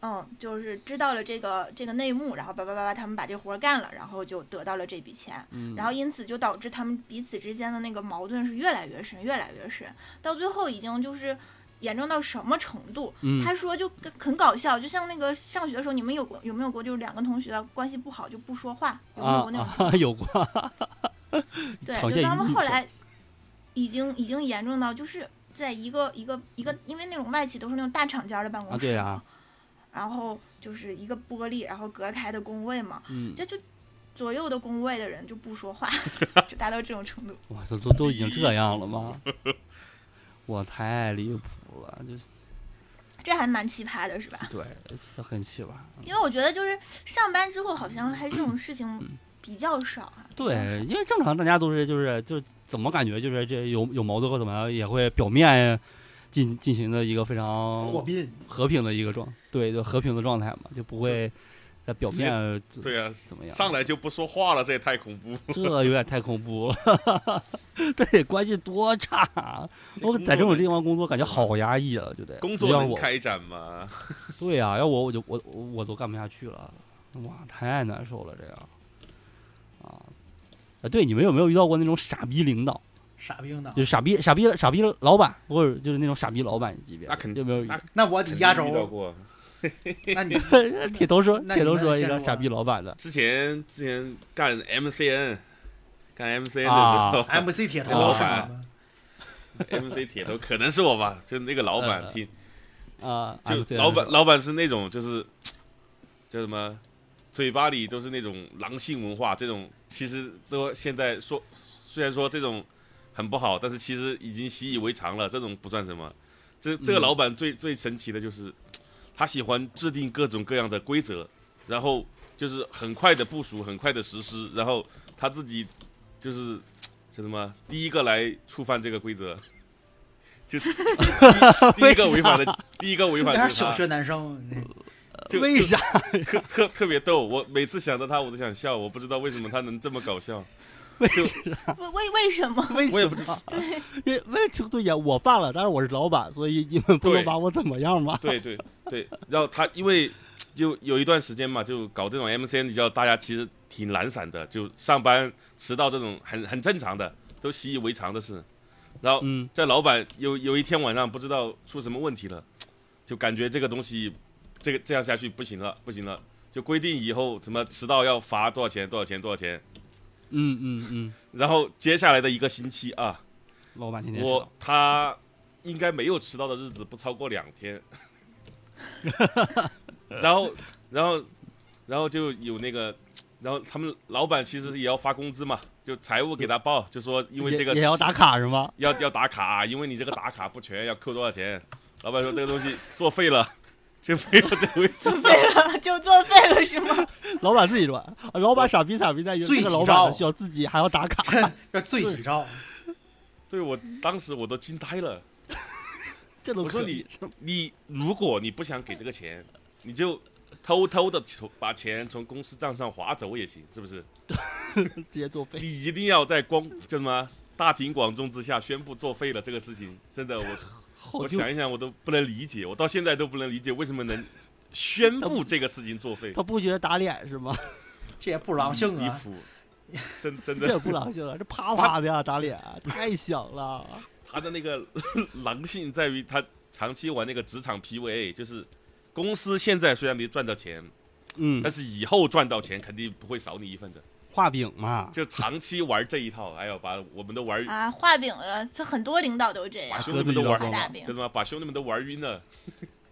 嗯，就是知道了这个这个内幕，然后叭叭叭叭，他们把这活儿干了，然后就得到了这笔钱，嗯，然后因此就导致他们彼此之间的那个矛盾是越来越深，越来越深，到最后已经就是严重到什么程度？嗯他说就跟很搞笑，就像那个上学的时候，你们有过有没有过就是两个同学关系不好就不说话，有没有啊过那种？啊 有过对，常就见他于们日后本来已经已经严重到就是在一个一个一个，因为那种外企都是那种大厂间儿的办啊公对室嘛，啊然后就是一个玻璃，然后隔开的工位嘛，嗯，这就左右的工位的人就不说话， 就达到这种程度。哇，都都都已经这样了吗？ 我太离谱了，就是这还蛮奇葩的，是吧？对，这很奇葩。因为我觉得就是上班之后，好像还这种事情比较少 啊。比较少对，因为正常大家都是就是就是怎么感觉就是这有有矛盾或怎么样，也会表面进进行的一个非常火拼，和平的一个状，对，就和平的状态嘛，就不会在表直接面对啊，怎么样，上来就不说话了，这也太恐怖。这有点太恐 怖了，这得关系多差啊！我在这种地方工作，感觉好压抑啊，就得工就作让能我开展吗？对呀、要我我就我我我都干不下去了，哇，太难受了，这样啊啊！对，你们有没有遇到过那种傻逼领导？傻逼呢就？是傻逼傻逼傻逼老板，或者就是那种傻逼老板级别的，那肯定有没有遇那那我肯得定压遇到轴，过。啊那你 铁头说，那铁头你们说一陷个入傻了逼老板的之前之前干 MCN，干 MCN 的时啊候、 MC 铁头老是板吗？ m c 铁头可能是我吧，就那个老板嗯挺，啊，就 MCN 老板是吧老板是那种就是叫什么，嘴巴里都是那种狼性文化，这种其实都现在说虽然说这种很不好，但是其实已经习以为常了，这种不算什么。这这个嗯老板最、最神奇的就是，他喜欢制定各种各样的规则，然后就是很快的部署，很快的实施，然后他自己就是叫什么第一个来触犯这个规则，就 第第一个违反的，第一个违有反点就是嗯小学他，男生，嗯就为啥特特特别逗。我每次想到他，我都想笑，我不知道为什么他能这么搞笑。就为为为什么？为我也什不知么？因为为对对呀，我犯了，但是我是老板，所以你们不能对把我怎么样嘛。对对对，然后他因为就有一段时间嘛，就搞这种 MCN，你知道大家其实挺懒散的，就上班迟到这种很很正常的，都习以为常的事。然后嗯这老板有有一天晚上不知道出什么问题了，就感觉这个东西，这个这样下去不行了，不行了，就规定以后什么迟到要罚多少钱，多少钱，多少钱。嗯嗯嗯，然后接下来的一个星期啊，老板天天我他应该没有迟到的日子不超过两天， 然后然后然后就有那个，然后他们老板其实也要发工资嘛，就财务给他报，就说因为这个也也要打卡是吗？ 要要打卡，因为你这个打卡不全要扣多少钱。老板说这个东西作废了， 就没有这回事。废了就作废了是 吗？老板自己说，啊老板傻逼傻逼在于最这个紧老张板需要自己还要打卡， 要醉几招，对我当时我都惊呆了。这都我说可以你你如果你不想给这个钱，你就偷偷的从把钱从公司账上划走也行，是不是？直接作废。你一定要在光叫什么大庭广众之下宣布作废了这个事情，真 的我好我就想一想我都不能理解，我到现在都不能理解为什么能宣布这个事情 作废，他不觉得打脸是吗？这也不狼性离啊！谱， 真真这也的，不狼性啊，这啪啪的呀，打脸太响了。他的那个狼性在于他长期玩那个职场 PUA，就是公司现在虽然没赚到钱，嗯但，是以后赚到钱肯定不会少你一份的。画饼嘛，就长期玩这一套，哎呦，把我们都玩晕，啊，画饼了，这很多领导都这把样，兄弟们都玩画大就饼他，妈把兄弟们都玩晕了。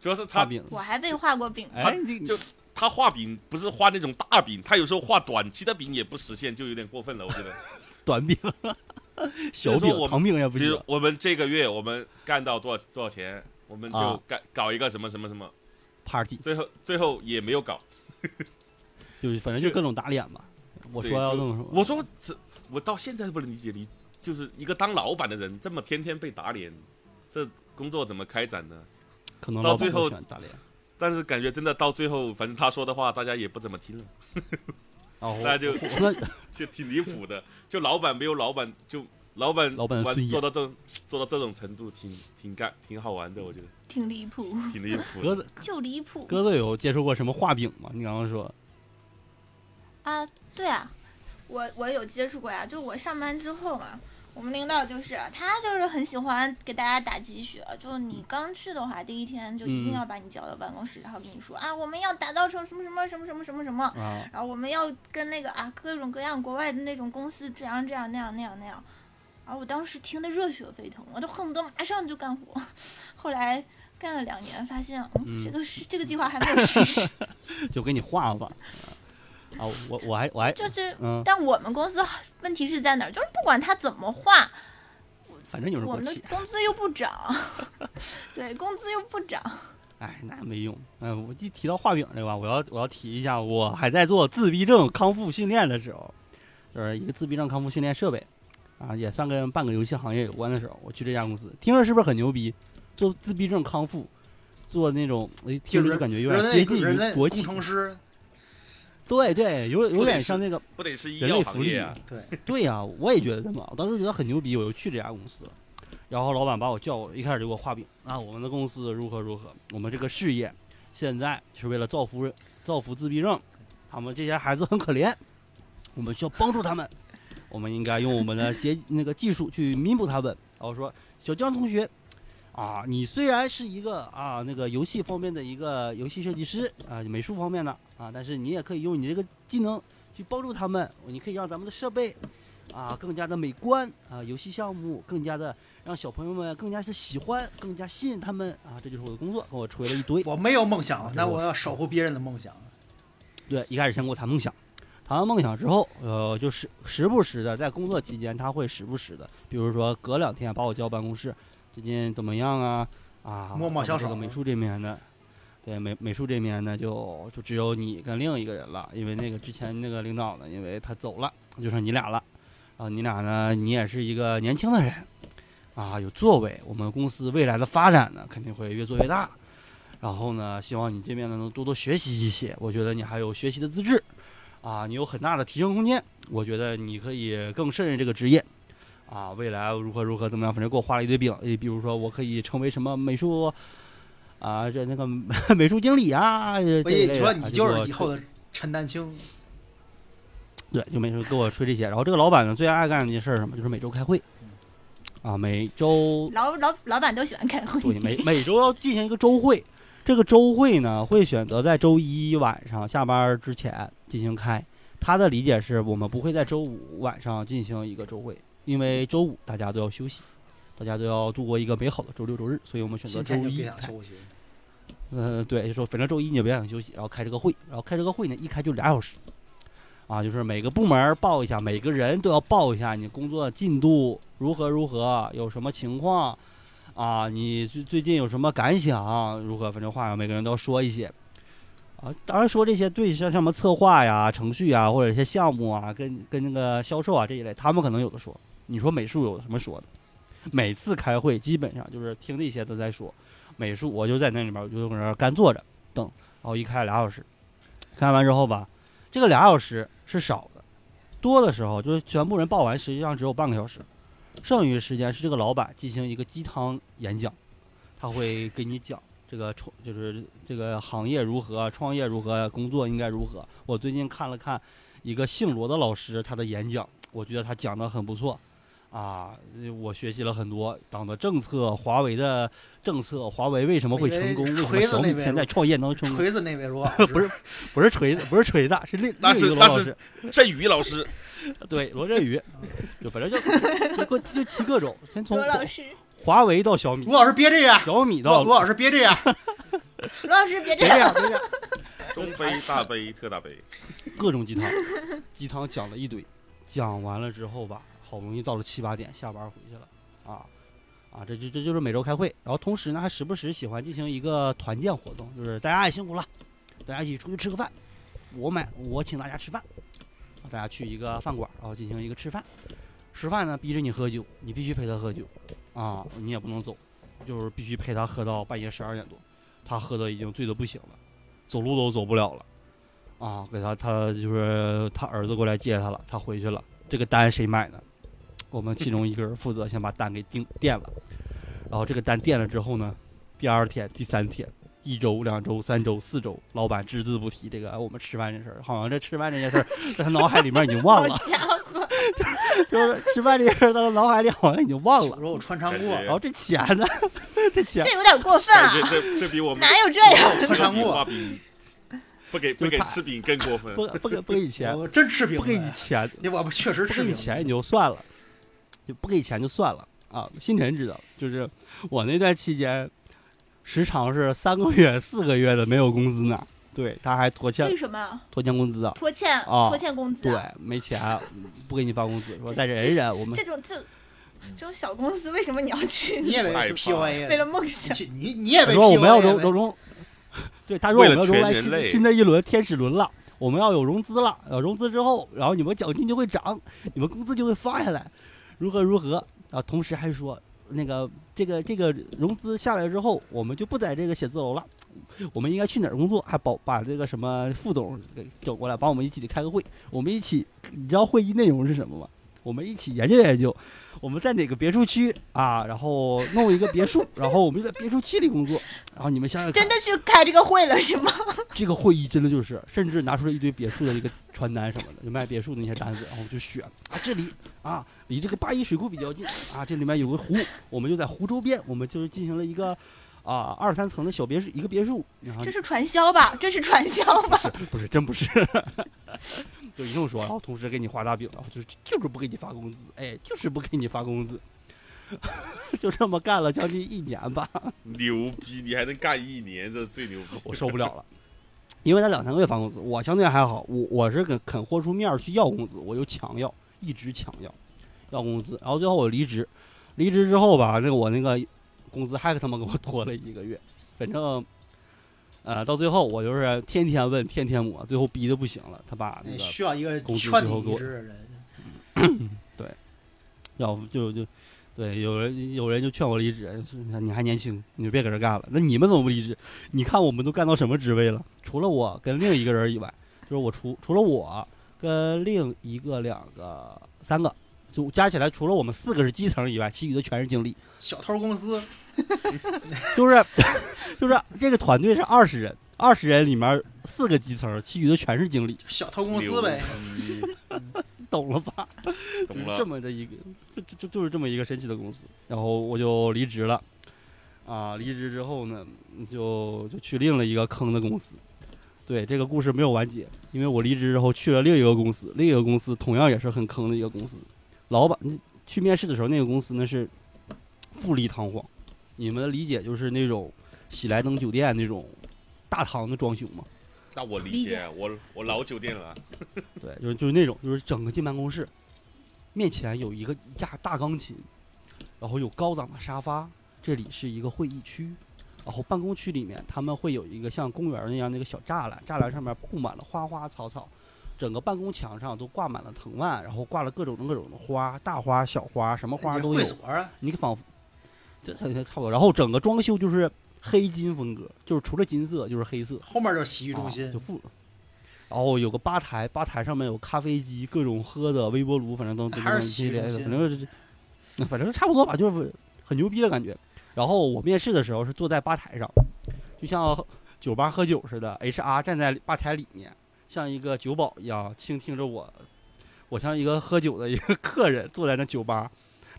主要是画他饼。我还被画过饼呢。哎，你就他画饼不是画那种大饼，他有时候画短期的饼也不实现，就有点过分了，我觉得。短饼、小所以说饼、我长饼 也不比行如。我们这个月我们干到多少多少钱，我们就啊干搞一个什么什么什么， party 最后最后也没有搞，就是反正就就各种打脸嘛。我对说要就这么说，我说这，我到现在都不能理解你，就是一个当老板的人，这么天天被打脸，这工作怎么开展呢？可能到老板最会后选打脸。但是感觉真的到最后，反正他说的话大家也不怎么听了，哦，大家就那就挺离谱的。就老板没有老板，就老板老板的玩尊严做到这做到这种程度，挺挺干挺好玩的，我觉得挺离 谱，挺离谱鸽的。子就离谱鸽子有接触过什么画饼吗？你刚刚说啊！对啊，我我有接触过呀，就我上班之后嘛。我们领导就是他，就是很喜欢给大家打鸡血。就你刚去的话，第一天就一定嗯要把你叫到办公室，然后跟你说啊，我们要打造成什么什么什么什么什么什么，啊，然后我们要跟那个啊各种各样国外的那种公司这样这样那样那样那样，啊，我当时听得热血沸腾，我都恨不得马上就干活。后来干了两年，发现嗯嗯这个是这个计划还没有实施， 就给你画吧。啊，我我还我还就是。嗯，但我们公司问题是在哪儿？就是不管他怎么画，反正有人我过们的气，工资又不 涨，对，工资又不涨。哎，那没用。嗯、我一提到画饼这个吧，我要我要提一下，我还在做自闭症康复训练的时候，就是一个自闭症康复训练设备，啊，也算跟半个游戏行业有关的时候，我去这家公司，听着是不是很牛逼？做自闭症康复，做那种，哎，听着就感觉有点接类近人于类国工企，程师，对对，有有不得点是像那个不得是医人类药福行利业 啊？对，对呀、我也觉得嘛，我当时觉得很牛逼，我就去这家公司了。然后老板把我叫过，一开始就给我画饼啊，我们的公司如何如何，我们这个事业现在是为了造福人，造福自闭症，他们这些孩子很可怜，我们需要帮助他们，我们应该用我们的结那个技术去弥补他们。然后说，小江同学，啊，你虽然是一个啊那个游戏方面的一个游戏设计师啊，美术方面的啊，但是你也可以用你这个技能去帮助他们，你可以让咱们的设备啊，更加的美观啊，游戏项目更加的让小朋友们更加是喜欢，更加吸引他们啊，这就是我的工作，跟我吹了一堆。我没有梦想，这那个我要守护别人的梦想。对，一开始先给我谈梦想，谈完梦想之后，呃，就时时不时的在工作期间，他会时不时的，比如说隔两天把我叫办公室，最近怎么样啊？啊，摸摸我们小这个手美术这面的，对美美术这面呢，就就只有你跟另一个人了，因为那个之前那个领导呢，因为他走了，就剩你俩了。然后你俩呢，你也是一个年轻的人，啊，有作为，我们公司未来的发展呢，肯定会越做越大。然后呢，希望你这边呢能多多学习一些，我觉得你还有学习的资质，啊，你有很大的提升空间，我觉得你可以更胜任这个职业，啊，未来如何如何怎么样，反正给我画了一堆饼，诶，比如说我可以成为什么美术，啊，这那个 美术经理啊，这我一类一你的说啊你就就给我是以后的陈丹青，对，就每周给我吹这些。然后这个老板呢，最爱干的一件事儿是什么？就是每周开会，啊，每周老老老板都喜欢开会，对每每周要进行一个周会。这个周会呢，会选择在周一晚上下班儿之前进行开。他的理解是我们不会在周五晚上进行一个周会，因为周五大家都要休息，大家都要度过一个美好的周六周日，所以我们选择今周天就一别开。想休息。呃，对，就说反正周一你也别想休息，然后开这个会，然后开这个会呢，一开就俩小时，啊，就是每个部门儿报一下，每个人都要报一下你工作进度如何如何，有什么情况，啊，你最最近有什么感想，如何，反正话每个人都要说一些，啊，当然说这些对像像什么策划呀、程序啊，或者一些项目啊，跟跟那个销售啊这一类，他们可能有的说，你说美术有什么说的？每次开会基本上就是听这些都在说。美术，我就在那里面，我就搁那儿干坐着等，然后一开俩小时，开完之后吧，这个俩小时是少的，多的时候就是全部人报完，实际上只有半个小时，剩余的时间是这个老板进行一个鸡汤演讲，他会给你讲这个创就是这个行业如何，创业如何，工作应该如何。我最近看了看一个姓罗的老师他的演讲，我觉得他讲的很不错。啊，呃我学习了很多党的政策，华为的政策，华为为什么会成功？我以为什么为锤子小米那位现在创业能成功？锤子那位罗老不是不是锤子，不是锤子，是另那另一是个罗那老是师，振宇老师，对罗振宇，就反正就就各就提各种，先从罗华老师，华为到小米，罗老师别这样，小米罗到罗老师别这样，罗老师别这别这样，样别这样，中 杯、大杯、特大杯，各种鸡汤，鸡汤讲了一堆，讲完了之后吧，好不容易到了七八点，下班回去了，啊啊，这就这就是每周开会，然后同时呢还时不时喜欢进行一个团建活动，就是大家也辛苦了，大家一起出去吃个饭，我买我请大家吃饭，大家去一个饭馆，然后进行一个吃饭。吃饭呢，逼着你喝酒，你必须陪他喝酒，啊，你也不能走，就是必须陪他喝到半夜十二点多，他喝的已经醉得不行了，走路都走不了了，啊，给他他就是他儿子过来接他了，他回去了，这个单谁买的？我们其中一个人负责先把单给定垫了，然后这个单垫了之后呢，第二天、第三天。一周、两周、三周、四周，老板只字不提这个哎我们吃饭这事儿，好像这吃饭这件事儿， 在他脑海里面已经忘了好，家伙，就是吃饭这件事儿，在他脑海里好像已经忘 了酒。肉穿肠感过，觉然后这钱呢？ 这钱这有点过分感觉啊！这这比我们哪有这样？这啊穿比肠画过， 饼不给就不是给他吃饼更过分。不不给不给你钱，我真吃不饼给你了。钱，你我们确实不吃给饼你了钱也就算了，就不给钱就算了啊。星辰知道，就是我那段期间，时常是三个月、四个月的没有工资呢。对，他还拖欠为什么拖欠工资啊，拖欠啊拖欠工资对啊？，没钱不给你发工资，说这再忍一忍，哎我们这种这这种小公司为什么你要去你？也为太棒了嗯 PUA 为了了梦想，你你你也他为说我们要 PUA 融了融融，对，他说我为们了要融全来人新类新的一轮天使轮了，我们要有融资了，呃，融资之后，然后你们奖金就会涨，你们工资就会发下来，如何如何啊？同时还说那个这个这个融资下来之后，我们就不在这个写字楼了，我们应该去哪儿工作？还保把这个什么副总给找过来，把我们一起开个会，我们一起，你知道会议内容是什么吗？我们一起研究研究，我们在哪个别墅区啊？然后弄一个别墅， 然后我们就在别墅区里工作。然后你们想想看，真的去开这个会了是吗？这个会议真的就是，甚至拿出了一堆别墅的一个传单什么的，就卖别墅的那些单子，然后我就选啊，这里啊离这个八一水库比较近啊，这里面有个湖，我们就在湖周边，我们就是进行了一个啊二三层的小别墅，一个别墅，然后这是传销吧？这是传销吧？ 不是不是真不是，就一通说，然后同时给你画大饼，然后就是就是不给你发工资，哎，就是不给你发工资， 就这么干了将近一年吧。牛逼，你还能干一年，这最牛逼。我受不了了。 因为他两三个月发工资，我相对还好，我我是肯肯豁出面儿去要工资，我就强要，一直强要，要工资，然后最后我离职，离职之后吧，那个我那个工资还他妈给我拖了一个月，反正，呃，到最后我就是天天问，天天磨，最后逼的不行了，他把那哎个需要一个工资劝最后你给一我致的人。要不就就，对，有人有人就劝我离职，是你还年轻，你就别搁这干了。那你们怎么不离职？你看我们都干到什么职位了？除了我跟另一个人以外，就是我除除了我跟另一个、两个、三个，就加起来除了我们四个是基层以外，其余的全是经理。小偷公司就是 就是这个团队是二十人，二十人里面四个基层，其余的全是经理，小偷公司呗，牛逼，懂了吧？ 就懂是了这。么的一个，就就就就是这么一个神奇的公司。然后我就离职了，啊，离职之后呢，就就去另了一个坑的公司。对，这个故事没有完结，因为我离职之后去了另一个公司，另一个公司同样也是很坑的一个公司。老板去面试的时候，那个公司呢是富丽堂皇，你们的理解就是那种喜来登酒店那种大堂的装修吗？那我理理解，解我我老酒店了，啊对，就是就是那种，就是整个进办公室，面前有一个一架大钢琴，然后有高档的沙发，这里是一个会议区，然后办公区里面他们会有一个像公园儿那样那个小栅栏，栅栏上面布满了花花草草，整个办公墙上都挂满了藤蔓，然后挂了各种各种的花，大花、小花，什么 花都会有。所啊，你仿佛这 差不多，然后整个装修就是黑金风格，就是除了金色就是黑色，后面就是洗浴中啊、心就，付。然后有个吧台，吧台上面有咖啡机、各种喝的、微波炉，反正都都还是一洗浴系列的，中心反正就是那反正差不多吧，就是很牛逼的感觉。然后我面试的时候是坐在吧台上，就像酒吧喝酒似的，HR 站在吧台里面，像一个酒保一样倾听着我，我像一个喝酒的一个客人坐在那酒吧，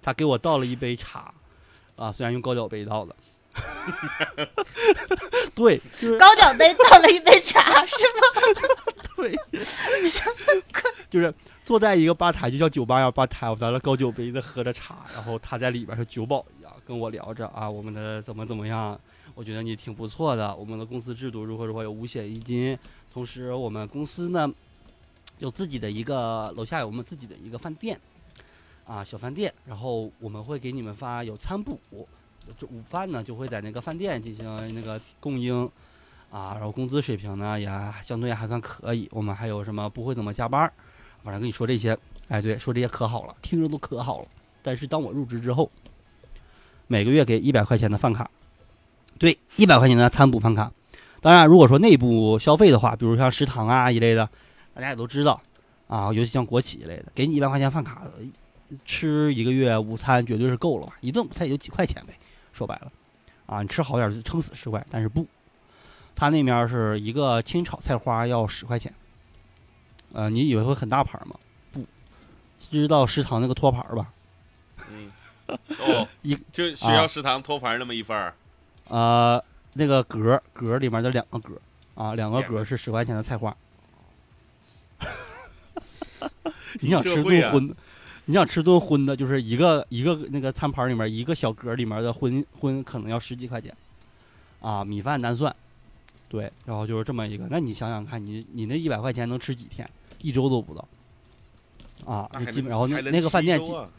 他给我倒了一杯茶，啊，虽然用高脚杯倒的， 对，就是高脚杯倒了一杯茶是 吗？对，就是坐在一个吧台，就像酒吧一样吧台，我在那高酒杯的喝着茶，然后他在里边是酒保一样跟我聊着啊，我们的怎么怎么样，我觉得你挺不错的，我们的公司制度如何如何有五险一金，同时我们公司呢有自己的一个楼下有我们自己的一个饭店啊小饭店，然后我们会给你们发有餐补，这午饭呢就会在那个饭店进行那个供应。啊，然后工资水平呢也相对还算可以，我们还有什么不会怎么加班儿，反正跟你说这些，哎，对，说这些可好了，听着都可好了。但是当我入职之后，每个月给一百块钱的饭卡，对，一百块钱的餐补饭卡。当然，如果说内部消费的话，比如像食堂啊一类的，大家也都知道啊，尤其像国企一类的，给你一百块钱饭卡，吃一个月午餐绝对是够了吧？一顿午餐也就几块钱呗，说白了，啊，你吃好点儿撑死十块，但是不，他那面儿是一个清炒菜花要十块钱，呃，你以为会很大盘儿吗？不，知道食堂那个托盘儿吧？ 嗯，哦，一啊就学校食堂托盘那么一份儿，呃，那个格儿格儿里面的两个格儿啊，两个格儿是十块钱的菜 花。你想吃社会顿啊荤的，你想吃顿荤的，就是一个一个那个餐盘里面一个小格儿里面的荤荤可能要十几块钱，啊，米饭单算，对，然后就是这么一个。那你想想看，你你那一百块钱能吃几天？一周都不到，啊，那那还基本能然后那还能那个饭店吸基收啊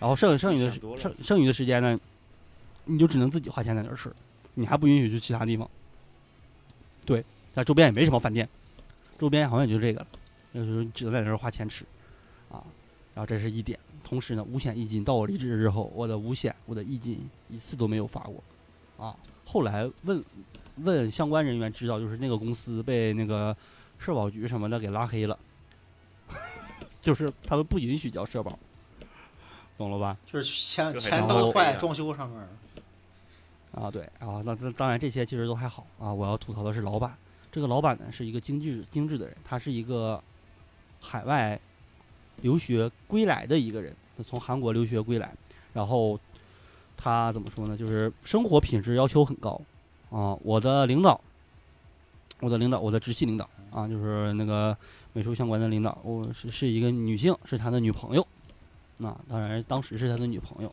然后剩剩余的想多时了剩剩余的时间呢，你就只能自己花钱在那儿吃，你还不允许去其他地方。对，那周边也没什么饭店，周边好像也就这个了，就是只能在那儿花钱吃，啊，然后这是一点。同时呢，五险一金到我离职之后，我的五险、我的一金一次都没有发过，啊，后来问问相关人员知道，就是那个公司被那个社保局什么的给拉黑了， 就是他们不允许交社保，懂了吧？就是钱就还钱能都够坏这样装修上面了。啊，对啊，那这当然这些其实都还好啊。我要吐槽的是老板，这个老板呢是一个精致精致的人，他是一个海外留学归来的一个人，他从韩国留学归来，然后他怎么说呢？就是生活品质要求很高啊。我的领导，我的领导，我的直系领导啊，就是那个美术相关的领导，我是是一个女性，是他的女朋友。那、当然，当时是他的女朋友。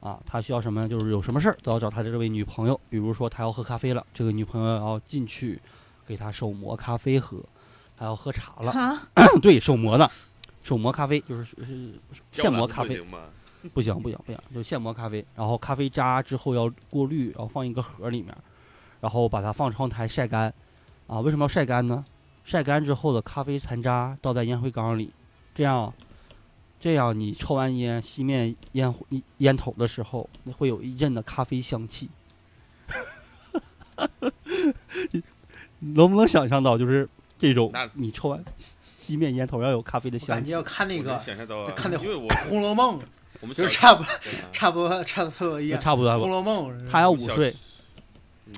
啊，他需要什么呢？就是有什么事儿都要找他的这位女朋友。比如说他要喝咖啡了，这个女朋友要进去给他手磨咖啡喝；他要喝茶了，啊，对手磨的，手磨咖啡就是是是现胶囊磨不咖啡，行吗？不行不行不行，就现磨咖啡，然后咖啡渣之后要过滤，然后放一个盒里面，然后把它放窗台晒干。啊，为什么要晒干呢？晒干之后的咖啡残渣倒在烟灰缸里，这样，这样你抽完烟熄灭烟灰烟头的时候，会有一阵的咖啡香气。 你能不能想象到，就是这种那你抽完熄灭烟头要有咖啡的我香感觉气要？看那我个能想象到啊，看那因为 我《红楼梦》，我们就小是差不对啊差不多差不多一那样。差不多《了吧红楼梦》他要我午们小睡，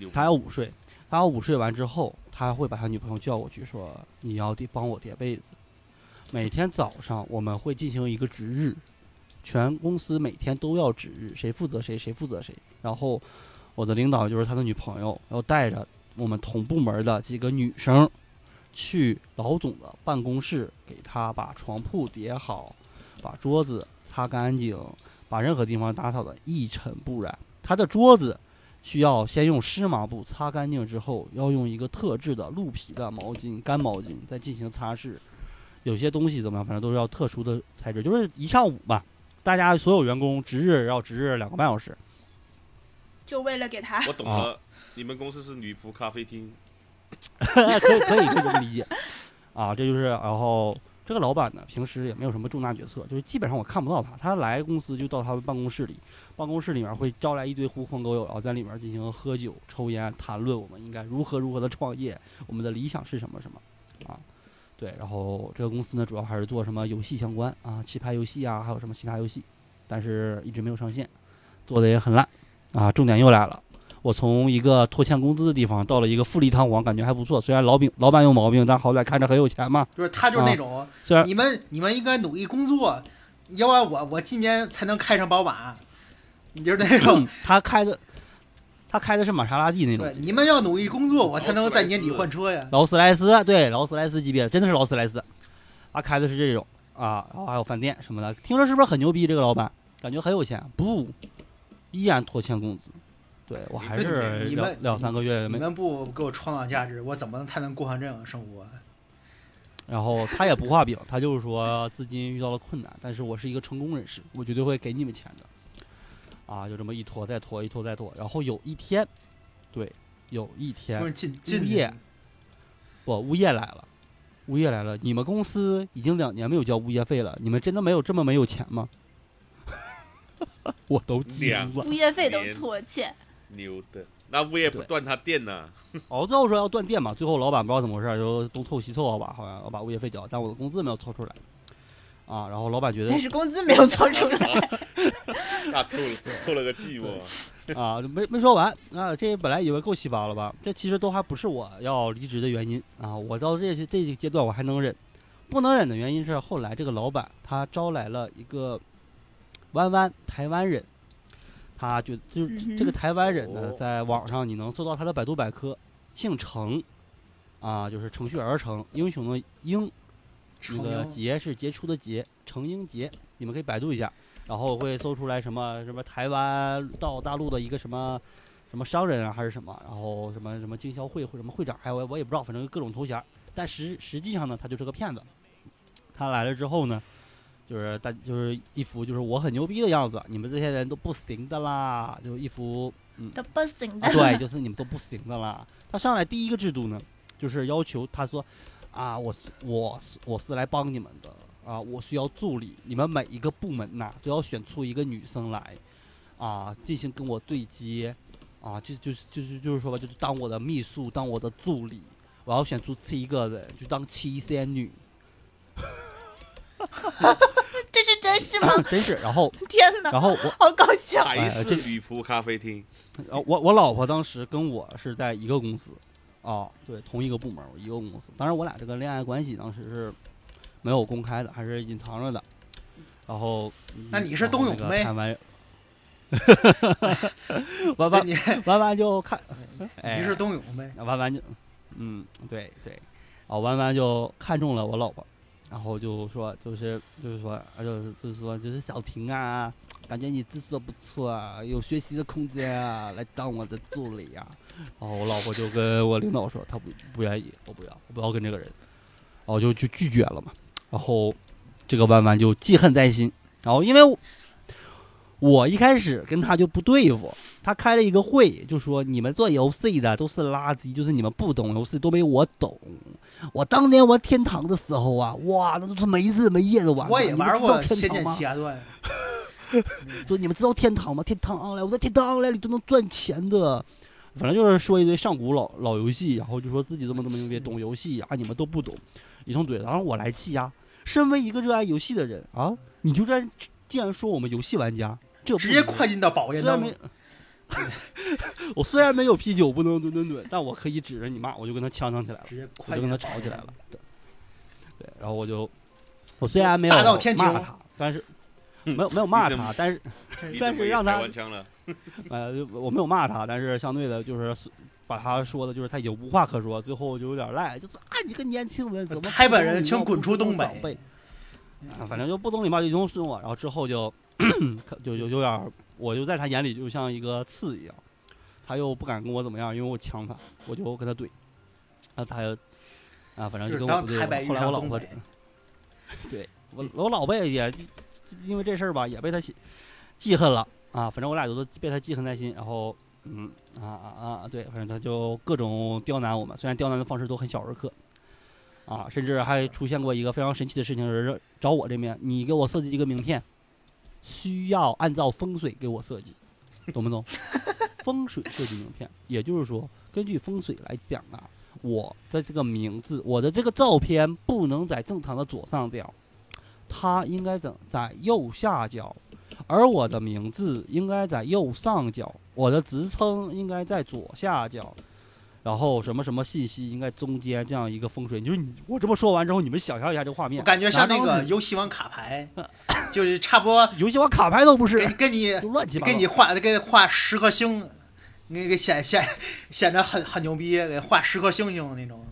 牛他要午睡，他要午睡完之后，他会把他女朋友叫过去说：“你要叠帮我叠被子。”每天早上我们会进行一个值日，全公司每天都要值日，谁负责谁，谁负责谁。然后我的领导就是他的女朋友，要带着我们同部门的几个女生去老总的办公室，给他把床铺叠好，把桌子擦干净，把任何地方打扫的一尘不染。他的桌子需要先用湿抹布擦干净之后，要用一个特制的鹿皮的毛巾、干毛巾再进行擦拭。有些东西怎么样，反正都是要特殊的材质，就是一上午吧，大家所有员工值日要值日两个半小时。就为了给他我懂啊了，你们公司是女仆咖啡厅， 可以可以可以这么理解啊，这就是然后这个老板呢，平时也没有什么重大决策，就是基本上我看不到他，他来公司就到他们办公室里，办公室里面会招来一堆狐朋狗友，然后在里面进行喝酒、抽烟、谈论我们应该如何如何的创业，我们的理想是什么什么啊。对，然后这个公司呢，主要还是做什么游戏相关啊，棋牌游戏啊，还有什么其他游戏，但是一直没有上线，做的也很烂啊。重点又来了，我从一个拖欠工资的地方到了一个富丽堂皇，感觉还不错。虽然老饼老板有毛病，但好歹看着很有钱嘛。就是他就是啊那种，虽然你们你们应该努力工作，要不然我我今年才能开上宝马。你就是那种，他开的他开的是玛莎拉嗯蒂那种对，级别，你们要努力工作，我才能在年底换车呀。劳斯莱斯，对，劳斯莱斯级别，真的是劳斯莱斯。他开的是这种啊，然后还有饭店什么的，听着是不是很牛逼？这个老板感觉很有钱，不，依然拖欠工资。对我还是你们两两三个月你没，们不给我创造价值，我怎么才能过上这样的生活？啊然后他也不画饼，他就是说资金遇到了困难，但是我是一个成功人士，我绝对会给你们钱的。啊，就这么一拖再拖，一拖再拖，然后有一天，对，有一天就是进进物业不，物业来了，物业来了，你们公司已经两年没有交物业费了，你们真的没有这么没有钱吗？ 我都惊两了。物业费都连拖欠，牛的，那物业不对断他电呢？熬到说要断电嘛，最后老板不知道怎么回事儿，就东凑西凑好吧，好像要把物业费交，但我的工资没有凑出来。啊，然后老板觉得但是工资没有交 出来。那凑了凑了个寂寞， 啊，没没说完啊，这本来以为够稀巴了吧？这其实都还不是我要离职的原因啊。我到这些这个阶段我还能忍，不能忍的原因是后来这个老板他招来了一个弯弯台湾人，他就就是嗯哼这个台湾人呢哦，在网上你能搜到他的百度百科，姓程啊，就是程序员儿程，英雄的英，那个成杰是杰出的杰，程英杰，你们可以百度一下，然后会搜出来什么什么台湾到大陆的一个什么什么商人啊还是什么，然后什么什么经销会或什么会长，还有我也不知道，反正各种头衔儿。但实实际上呢，他就是个骗子。他来了之后呢，就是大就是一副就是我很牛逼的样子，你们这些人都不行的啦，就一副都不行的 啊，。对，就是你们都不行的啦。他上来第一个制度呢，就是要求他说，啊，我是我是我是来帮你们的啊，我需要助理，你们每一个部门呐、都要选出一个女生来，啊，进行跟我对接，啊，就就是就是就是说吧，就是当我的秘书，当我的助理，我要选出七个人，就当七仙女， 这是真事 吗？真是。然后天哪，然后我好搞笑！还是哎这女仆咖啡厅，然呃后我我老婆当时跟我是在一个公司，哦，对，同一个部门，一个公司。当然，我俩这个恋爱关系当时是没有公开的，还是隐藏着的。然后，嗯那你是然后冬泳那个呗看 完，弯对弯你弯弯就看，哎， 你是冬泳呗？然后弯弯就，嗯，对对，啊，弯弯就看中了我老婆，然后就说，就是就是说，啊就是就是说，就是小婷啊，感觉你姿色不错啊，有学习的空间啊，来当我的助理啊。然后我老婆就跟我领导说，她不不愿意，我不要，我不要跟这个人，然后就就拒绝了嘛。然后这个弯弯就记恨在心，然后因为我我一开始跟他就不对付，他开了一个会，就说你们做游戏的都是垃圾，就是你们不懂游戏，都没我懂。我当年玩天堂的时候啊，哇，那都是没日没夜的玩啊。我也你们知玩道过《天仙堂剑吗奇侠传》，说你们知道天堂吗？天堂 online，我在天堂 online 里都能赚钱的。反正就是说一堆上古老老游戏，然后就说自己怎么怎么牛逼，懂游戏啊，你们都不懂，一通怼。然后我来气呀、身为一个热爱游戏的人啊，你就然竟然说我们游戏玩家，这不啊直接能快进到宝爷虽然当中没，， 我虽然没有啤酒不能吨吨吨，但我可以指着你骂，我就跟他呛呛起来了，直接我快就进跟到他宝吵爷起来当了中。对，对然后我就，我虽然没有大闹天骂庭嗯他，但是没有没有骂你怎么他，但是你但是怎么也让他开完枪了？呃，就我没有骂他，但是相对的，就是把他说的，就是他已经无话可说，最后就有点赖，就是啊，你个年轻人怎么台本不懂人礼请貌滚不出懂东北长辈嗯啊，反正就不懂礼貌，就一通损我，然后之后就 可就就有点儿，我就在他眼里就像一个刺一样，他又不敢跟我怎么样，因为我抢他，我就跟他怼，啊，他又啊，反正就是就跟我当不对台北了。遇后来上我老东婆北，对我我老辈也因为这事儿吧，也被他记记恨了啊。反正我俩都被他记恨在心，然后嗯啊啊啊，对，反正他就各种刁难我们，虽然刁难的方式都很小儿科啊，甚至还出现过一个非常神奇的事情，是找我这边，你给我设计一个名片，需要按照风水给我设计，懂不懂？ 风水设计名片，也就是说，根据风水来讲啊，我的这个名字，我的这个照片不能在正常的左上角，它应该在在右下角，而我的名字应该在右上角，我的职称应该在左下角，然后什么什么信息应该中间这样一个风水。就是你我这么说完之后，你们想象一下这个画面，我感觉像拿嗯张那个纸游戏王卡牌，就是差不多游戏王卡牌都不是 给，给你就乱七八糟。给你画给你画十颗星，给给显显显得很很牛逼，给画十颗星星那种。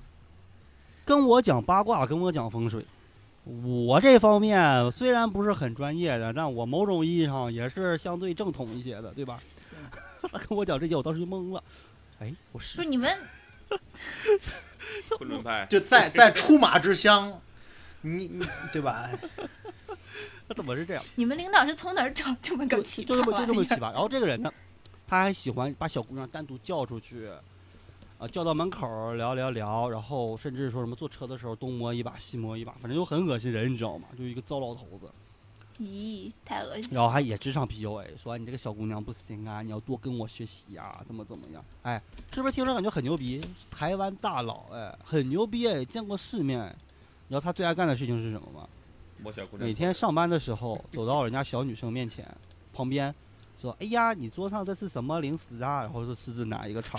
跟我讲八卦，跟我讲风水。我这方面虽然不是很专业的，但我某种意义上也是相对正统一些的，对吧？他 跟我讲这些，我当时就懵了。哎，我不是是你们昆 仑派，就在在出马之乡，你你对吧？他怎么是这样？你们领导是从哪儿找这么个就奇葩就这么就这么玩意奇儿？葩。然后这个人呢，他还喜欢把小姑娘单独叫出去，啊，叫到门口儿聊聊聊，然后甚至说什么坐车的时候东摸一把西摸一把，反正就很恶心人，你知道吗？就一个糟老头子，咦，太恶心了。然后还也职场 PUA，说你这个小姑娘不行啊，你要多跟我学习啊，怎么怎么样？哎，是不是听着感觉很牛逼？台湾大佬哎，很牛逼哎，见过世面。你知道他最爱干的事情是什么吗？摸小姑娘。每天上班的时候，走到人家小女生面前旁边，说：“哎呀，你桌上这是什么零食啊？”然后就私自拿一个肠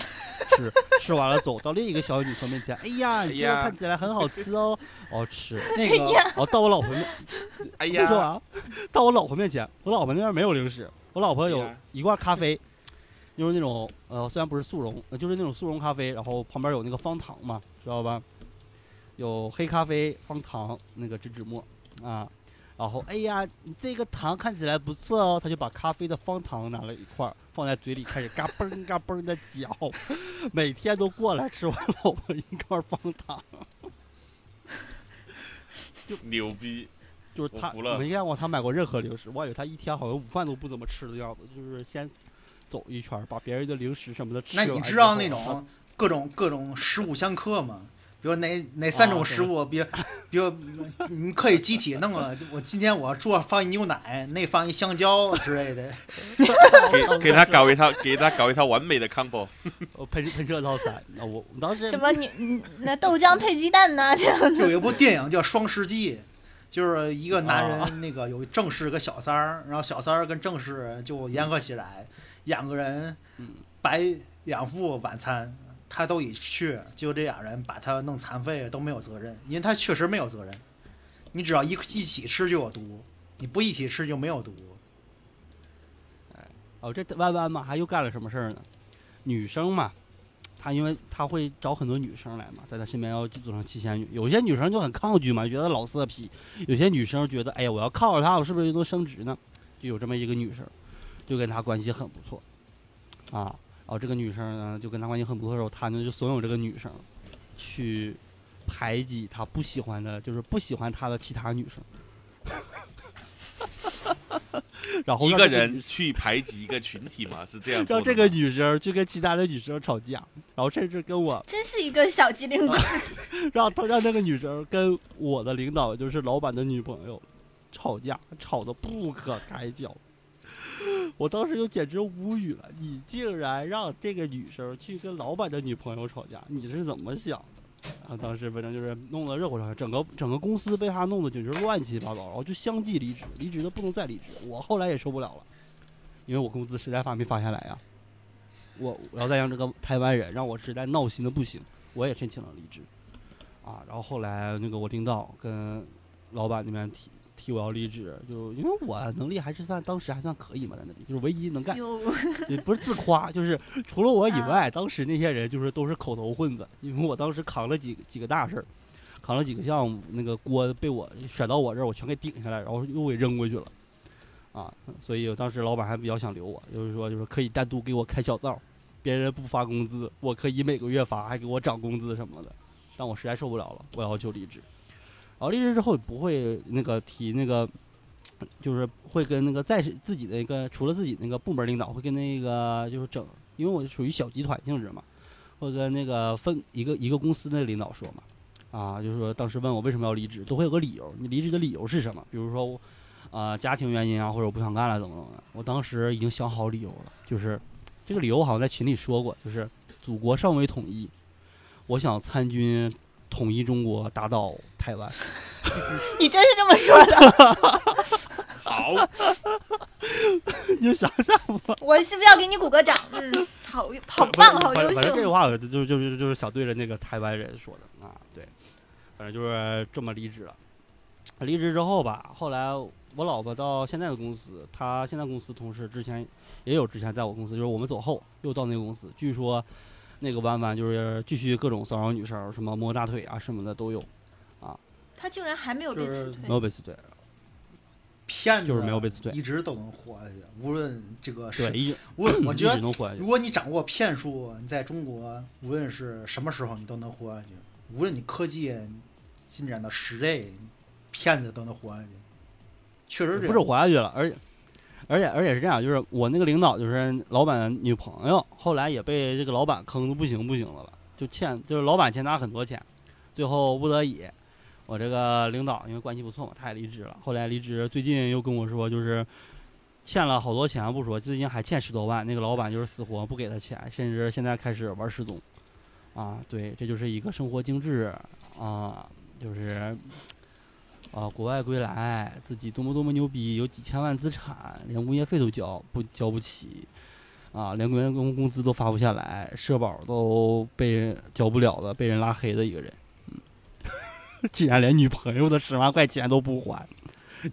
吃，吃完了走到另一个小女生面前，哎呀，你这个哎呀看起来很好吃哦，哦吃，那个然后到我老婆面，哎我跟你说呀，啊， 到我老婆面前，我老婆那边没有零食，我老婆有对哎呀一罐咖啡，就是那种呃，虽然不是速溶，呃就是那种速溶咖啡，然后旁边有那个方糖嘛，知道吧？有黑咖啡、方糖、那个植脂末啊。然后，哎呀，你这个糖看起来不错哦，他就把咖啡的方糖拿了一块儿放在嘴里，开始嘎嘣嘎嘣的嚼， 每天都过来吃我老婆一块方糖，牛 逼！就是他我服了没见过他买过任何零食，我以为他一天好像午饭都不怎么吃的样子，就是先走一圈儿，把别人的零食什么的吃那完你知道那之后种各种各种食物相克吗？比如哪哪三种食物，比比如你可以集体弄啊！我今天我桌上放一牛奶，那放一香蕉之类的。给给他搞一套，给他搞一套完美的 combo。 呃喷喷射套餐，那我我当时什么你你那豆浆配鸡蛋呢？这样就有一部电影叫《双世纪》，就是一个男啊人，那个有正室跟小三儿，然后小三儿跟正室就联合起来，两个人嗯摆两副晚餐，他都已去，就这俩人把他弄残废了都没有责任，因为他确实没有责任。你只要一一起吃就有毒，你不一起吃就没有毒。哦这弯弯嘛还又干了什么事儿呢？女生嘛，她因为她会找很多女生来嘛，在她身边要组成七仙女，有些女生就很抗拒嘛，觉得老色批；有些女生觉得哎呀我要靠着他，我是不是就能升职呢？就有这么一个女生，就跟他关系很不错，啊，然后这个女生呢就跟他关系很不错的时候，他呢就怂恿这个女生去排挤他不喜欢的，就是不喜欢他的其他女生， 然后一让个这女人生去排挤一个群体嘛，是这样做让的这个吗女生去跟其他的女生吵架，然后甚至跟我真是一个小机哦灵鬼。让她让那个女生跟我的领导，就是老板的女朋友吵架，吵得不可开交。 我当时就简直无语了，你竟然让这个女生去跟老板的女朋友吵架，你是怎么想的？然后啊当时反正就是弄得热火朝天，整个整个公司被他弄得就是乱七八糟，然后就相继离职，离职的不能再离职。我后来也受不了了，因为我工资实在发没发下来呀、我然后再让这个台湾人让我实在闹心的不行，我也申请了离职，啊，然后后来那个我领导跟老板那边提提我要离职，就因为我能力还是算当时还算可以嘛，在那里就是唯一能干，哟，也不是自夸，就是除了我以外，当时那些人就是都是口头混子，因为我当时扛了几个几个大事儿，扛了几个项目，那个锅被我甩到我这儿，我全给顶下来，然后又给扔回去了，啊，所以我当时老板还比较想留我，就是说就是可以单独给我开小灶，别人不发工资，我可以每个月发，还给我涨工资什么的，但我实在受不了了，我要求离职。然后离职之后不会那个提那个就是会跟那个在是自己的一个除了自己那个部门领导，会跟那个就是整，因为我属于小集团性质嘛，会跟那个分一个一个公司的领导说嘛，啊，就是说当时问我为什么要离职，都会有个理由，你离职的理由是什么？比如说我，啊、家庭原因啊，或者我不想干了，怎么怎么的。我当时已经想好理由了，就是这个理由我好像在群里说过，就是祖国尚未统一，我想参军统一中国，打倒台湾。你真是这么说 的？好， 你就想象吧。我是不是要给你鼓个掌？ 嗯，好，好不是棒，好反优反正这个秀。话我就就就就是想对着那个台湾人说的啊，对，反正就是这么离职了。离职之后吧，后来我老婆到现在的公司，她现在公司同事之前也有之前在我公司，就是我们走后又到那个公司，据说那个弯弯就是继续各种骚扰女生，什么摸大腿啊什么的都有，他竟然还没有被就是辞没退，有被辞退，骗子就是没有被辞退一直都能活下去，无论这个对，是，一直无论我觉一得直能活下去如。果你掌握骗术，你在中国无论是什么时候你都能活下去，无论你科技进展到十类，骗子都能活下去。确实这不是活下去了，而且而且而且是这样，就是我那个领导就是老板的女朋友，后来也被这个老板坑的不行不行了吧，就欠就是老板欠他很多钱，最后不得已，我这个领导因为关系不错嘛，他也离职了。后来离职，最近又跟我说就是欠了好多钱不说，最近还欠十多万，那个老板就是死活不给他钱，甚至现在开始玩失踪。啊，对，这就是一个生活精致啊，就是啊，国外归来，自己多么多么牛逼，有几千万资产，连物业费都交不交不起，啊，连员工工资都发不下来，社保都被人交不了的，被人拉黑的一个人， 嗯，竟然连女朋友的十万块钱都不还，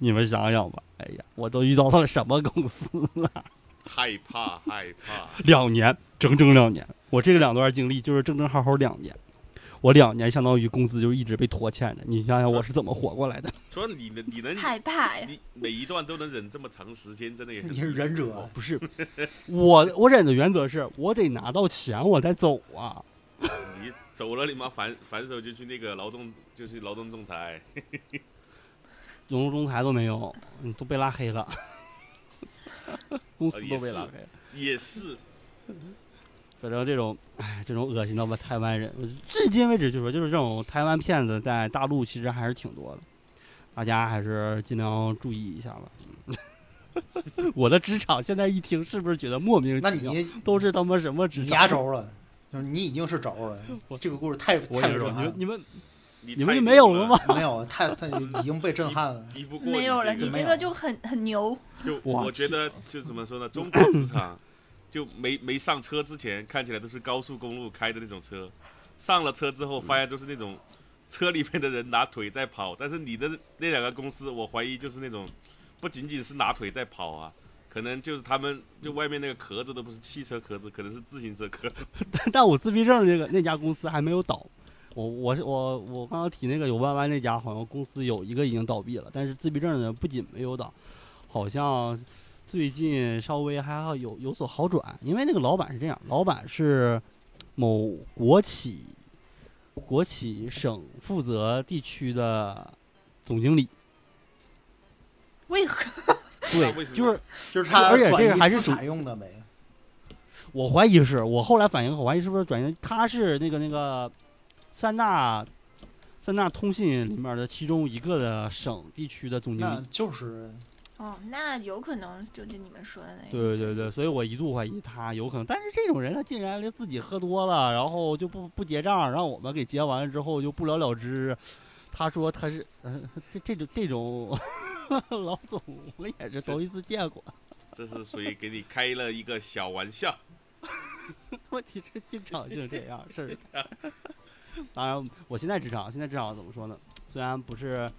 你们想想吧，哎呀，我都遇到了什么公司啊！害怕害怕， 两年，整整两年。我这个两段经历就是正正好好两年，我两年相当于工资就一直被拖欠着。你想想我是怎么活过来的？说你能你能害怕呀。你每一段都能忍这么长时间，真的也很你是忍者哦，不是，我我忍的原则是我得拿到钱我再走啊。你走了，你妈反反手就去那个劳动，就去劳动仲裁。融入中台都没有，嗯，都被拉黑了， 公哦司呃都也被拉是黑了。也是，反正这种，哎，这种恶心到吧台湾人，我至今为止就说，就是这种台湾骗子在大陆其实还是挺多的，大家还是尽量注意一下吧。 嗯我的职场现在一听是不是觉得莫名那其妙？你都是他妈什么职你场？压轴了，就是你已经是轴了我。这个故事太我太也被是震你撼们了，你们你你们太就没有牛了了吗？没有，太太已经被震撼了。敌不过没有了，这你个这个就很很牛，就哇我觉得就怎么说呢，中国职场就没没上车之前看起来都是高速公路开的那种车，上了车之后发现都是那种车里面的人拿腿在跑，但是你的那两个公司，我怀疑就是那种不仅仅是拿腿在跑啊。可能就是他们就外面那个壳子都不是汽车壳子，可 能是自行车壳。 但我自闭症那个那家公司还没有倒。我我是我我刚刚提那个有弯弯那家，好像公司有一个已经倒闭了，但是自闭症的不仅没有倒，好像最近稍微还好有有所好转。因为那个老板是这样，老板是某国企国企省负责地区的总经理，为何？对，为什么 就是就是他而且转这个移还是资属产用的呗。我怀疑是我后来反应，我怀疑是不是转型？他是那个那个三大三大通信里面的其中一个的省地区的总经那理。就是哦，那有可能就是你们说的那个。对对对，所以我一度怀疑他有可能，但是这种人他竟然连自己喝多了，然后就不不结账，让我们给结完了之后就不了了之。他说他是，呃、这这种这种 老总，我也是头一次见过。这是属于给你开了一个小玩笑。问题是经常性这样事儿。当然，我现在职场，现在职场怎么说呢？虽然不是，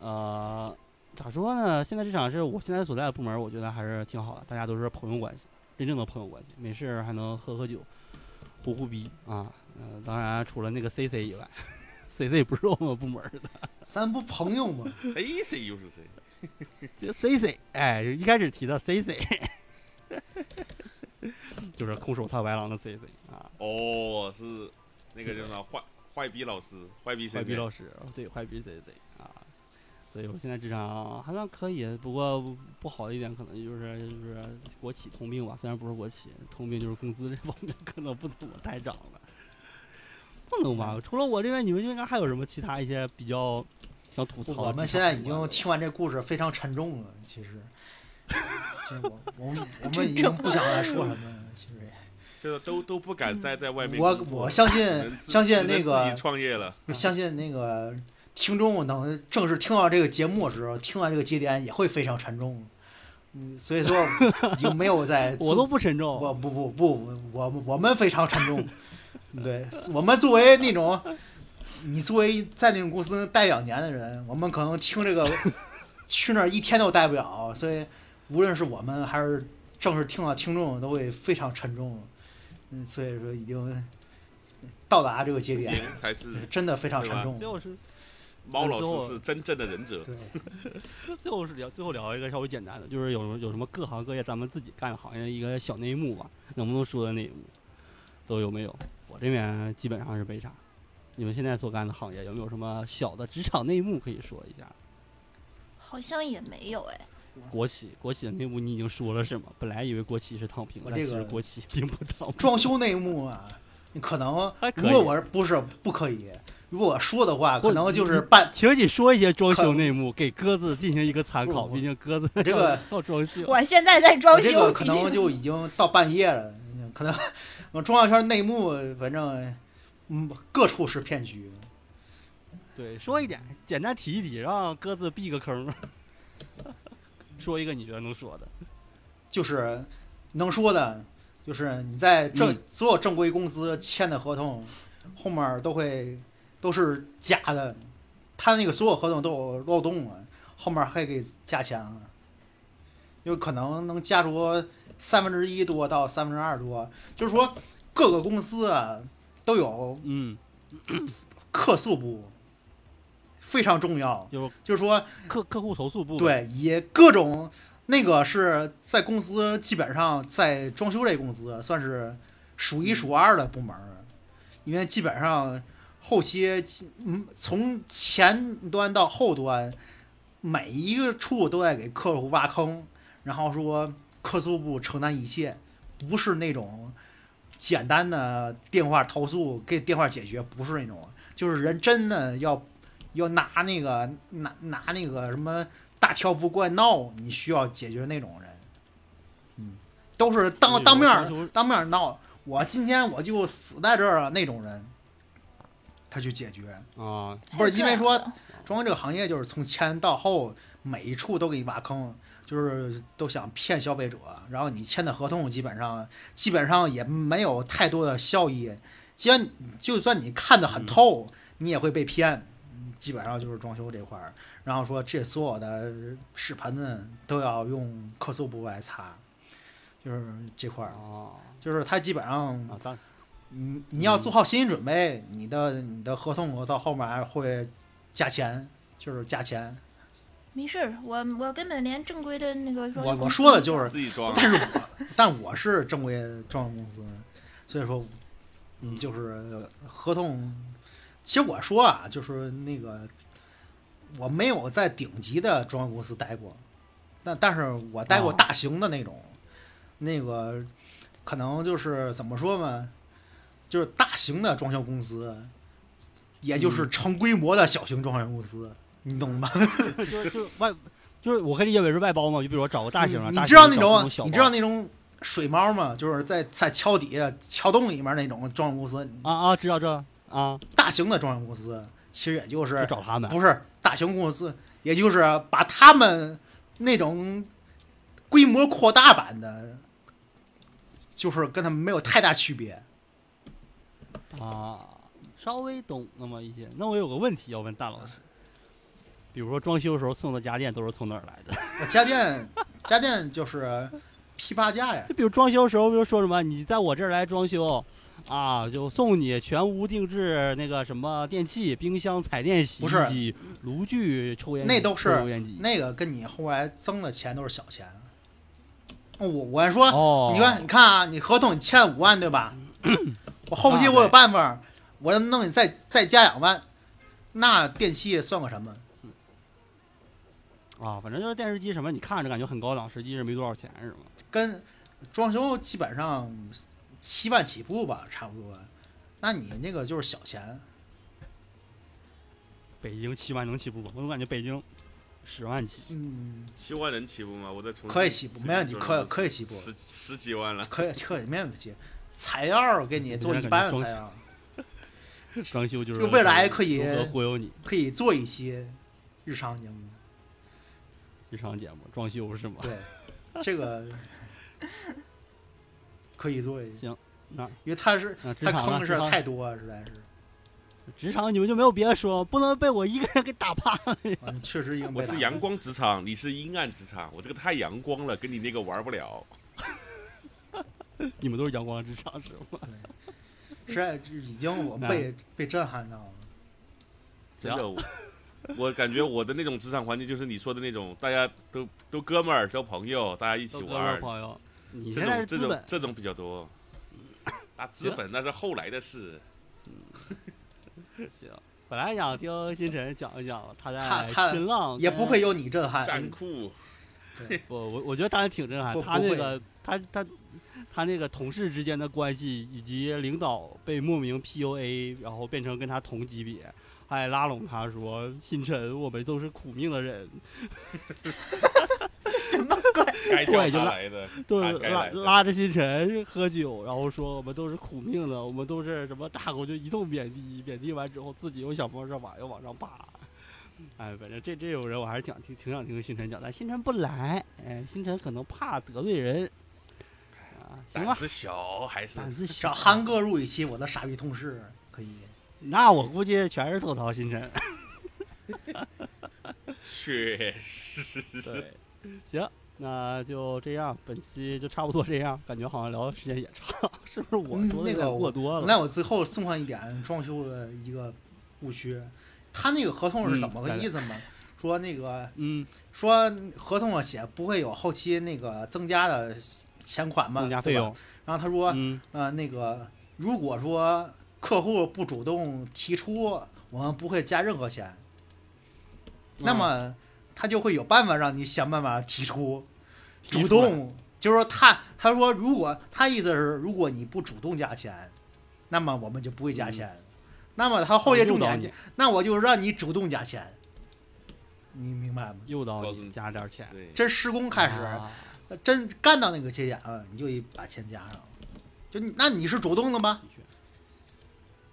呃，咋说呢？现在职场是我现在所在的部门，我觉得还是挺好的，大家都是朋友关系，真正的朋友关系，没事儿还能喝喝酒，胡胡逼啊。呃，当然除了那个 C C 以外，C C 不是我们部门儿的，咱不朋友吗？谁哎谁又是谁？这 C C，哎，一开始提到 C C，就是空手套白狼的 C C 啊。哦，是那个叫什么坏坏逼老师，坏逼坏先逼生。老师，对，坏逼 Z Z 啊，所以我现在职场还算可以，不过不不好的一点可能就是就是国企通病吧，虽然不是国企通病，就是工资这方面可能不怎么太涨了，不能吧？除了我这边，你们应该还有什么其他一些比较想吐槽的地方？我们现在已经听完这故事非常沉重了，其实，这我我 们我们已经不想再说什么了。其实，就是都都不敢再在外面嗯我工作我了相只信能自相只信能那自个己创业了，我相信那个听众等正式听到这个节目的时候，听完这个节点也会非常沉重。嗯，所以说已经没有在 我都不沉我重，不不不我我们非常沉重。对我们作为那种你作为在那种公司待两年的人，我们可能听这个去那儿一天都待不了，所以无论是我们还是正式听到听众都会非常沉重。嗯，所以说已经到达这个节点人，才是真的非常沉重。最后是猫最老后 师是真正的忍者。对，最后是聊最后聊一个稍微简单的，就是有有什么各行各业咱们自己干的行业一个小内幕吧，能不能说的内幕都有没有？我这边基本上是没啥。你们现在所干的行业有没有什么小的职场内幕可以说一下？好像也没有哎，国企国企的内幕你已经说了是吗？本来以为国企是躺平，我但这其实个国企并不躺平。装修内幕啊，可能还可以如果我是不是不可以，如果我说的话，不可能就你是半请你说一些装修内幕，给鸽子进行一个参考。不不毕竟鸽子这个 要装修，我现在在装这修，个可能就已经到半夜了，可能我中药圈内幕，反正嗯各处是骗局。对，说一点，简单提一提，让鸽子避个坑。 说一个你觉得能说的，就是能说的，就是你在正、嗯所有正规公司签的合同后面都会都是假的，他那个所有合同都有漏洞啊，后面还给加钱啊，有可能能加出三分之一多到三分之二多，就是说各个公司啊都有嗯，客诉部，非常重要，有就是说客客户投诉部分，对，以各种那个是在公司基本上在装修类公司算是数一数二的部门儿，因为基本上后期嗯从前端到后端每一个处都在给客户挖坑，然后说客诉部承担一切，不是那种简单的电话投诉给电话解决，不是那种，就是人真的要要拿那个拿拿那个什么大挑夫过来闹，你需要解决那种人，嗯，都是当当面儿有装修当面儿闹，我今天我就死在这儿了那种人，他去解决，啊，不是因为说太可爱了装修这个行业就是从前到后每一处都给你挖坑，就是都想骗消费者。然后你签的合同基本上基本上也没有太多的效益，既然你就算你看得很透，你也会被骗。嗯基本上就是装修这块儿，然后说这所有的屎盆子都要用客诉部来擦，就是这块儿，哦，就是它基本上啊，当你你要做好心理准备，你的你的合同到后面会加钱，就是加钱。没事儿，我我根本连正规的那个说我我说的就是，自己装。但是我但我是正规装修公司，所以说，嗯，嗯就是合同。其实我说啊，就是那个我没有在顶级的装修公司待过，那但是我待过哦大型的那种，那个可能就是怎么说嘛，就是大型的装修公司，也就是成规模的小型装修公司，你懂吗？就就外，就是我可以理解为是外包嘛，就比如我找个大型的，你大型你知道的那找种啊小你知道包那种水猫吗？就是在在桥底下桥洞里面那种装修公司，啊啊，知道知道啊，大型的装修公司，其实也就就是找他们，不是大型公司，也就是把他们那种规模扩大版的，就是跟他们没有太大区别。啊，稍微懂那么一些。那我有个问题要问大老师，比如说装修的时候送的家电都是从哪儿来的？家电家电就是批发价呀，就比如装修时候，比如说什么，你在我这儿来装修，啊，就送你全屋定制那个什么电器，冰箱、彩电、洗不是衣机、炉具、抽烟机那都是抽烟机。那个跟你后来增的钱都是小钱。我我还说哦，你看，你看啊，你合同你签五万 对吧？我后期我有办法，我要弄你啊再再加两万，那电器算个什么？啊，反正就是电视机什么，你看着感觉很高档，实际是没多少钱，是吗？跟装修基本上七万起步吧，差不多。那你那个就是小钱，北京七万能起步吗？我总感觉北京十万 起。嗯，七万能起步吗？我再重新可以起步，没问题，可以可以起步，十十几万了，可以可以没问题。材料给你做一般的材料，装修就是就未来可以如何忽悠你可以做一些日常节目。日常节目装修是吗？ 对，这个可以做一些。行那因为他是啊，职他场坑呢？职的事儿场太多了，实在是。 职场你们就没有别的说，不能被我一个人给打趴。 嗯，确实已经被我打是了阳光职场，你是阴暗职场，我这个太阳光了，跟你那个玩不了。你们都是阳光职场是吗？实在是已经我被被震撼到了。真的，我我 感觉我的那种职场环境就是你说的那种，大家都都哥们儿，都朋友，大家一起都玩哥们儿儿，朋友，你这现在是种这资种本，这种比较多。啊，资本那是后来的事，本来想听星辰讲一讲他在他他新浪也跟不会有你震撼。战酷我我我觉得当然挺震撼不，他不那会个他他他那个同事之间的关系，以及领导被莫名 PUA，然后变成跟他同级别，还拉拢他说：“星辰，我们都是苦命的人。什么鬼？该叫对就他拉来的，”对，他该拉来的拉着星辰喝酒，然后说：“我们都是苦命的，我们都是什么大狗就一通贬低，贬低完之后自己又想方设法又往上爬。”哎，反正这这种人我还是想听，挺想听星辰讲，但星辰不来，哎，星辰可能怕得罪人。啊，行胆吧，子小还是胆子找小，韩哥入一期我的傻逼同事可以。那我估计全是吐槽星辰。确实。对， 行，那就这样，本期就差不多这样，感觉好像聊的时间也长， 是不是我嗯说的有那个点过多了？那我最后送上一点装修的一个误区，他那个合同是怎么个嗯意思嘛？说那个嗯，说合同上写不会有后期那个增加的钱款嘛？增加对费吧用。，然后他说，嗯，呃，那个如果说客户不主动提出，我们不会加任何啊钱。那么他就会有办法让你想办法提出，提主出来动，就是说他他说如果他意思是如果你不主动加钱，那么我们就不会加钱。那么他嗯后我哦面诱重导点你，，那我就让你主动加钱，你明白吗？诱导告诉你你加点钱，对，真施工开始，啊真干到那个节点了，你就得把钱加上。就你那你是主动的吗？的确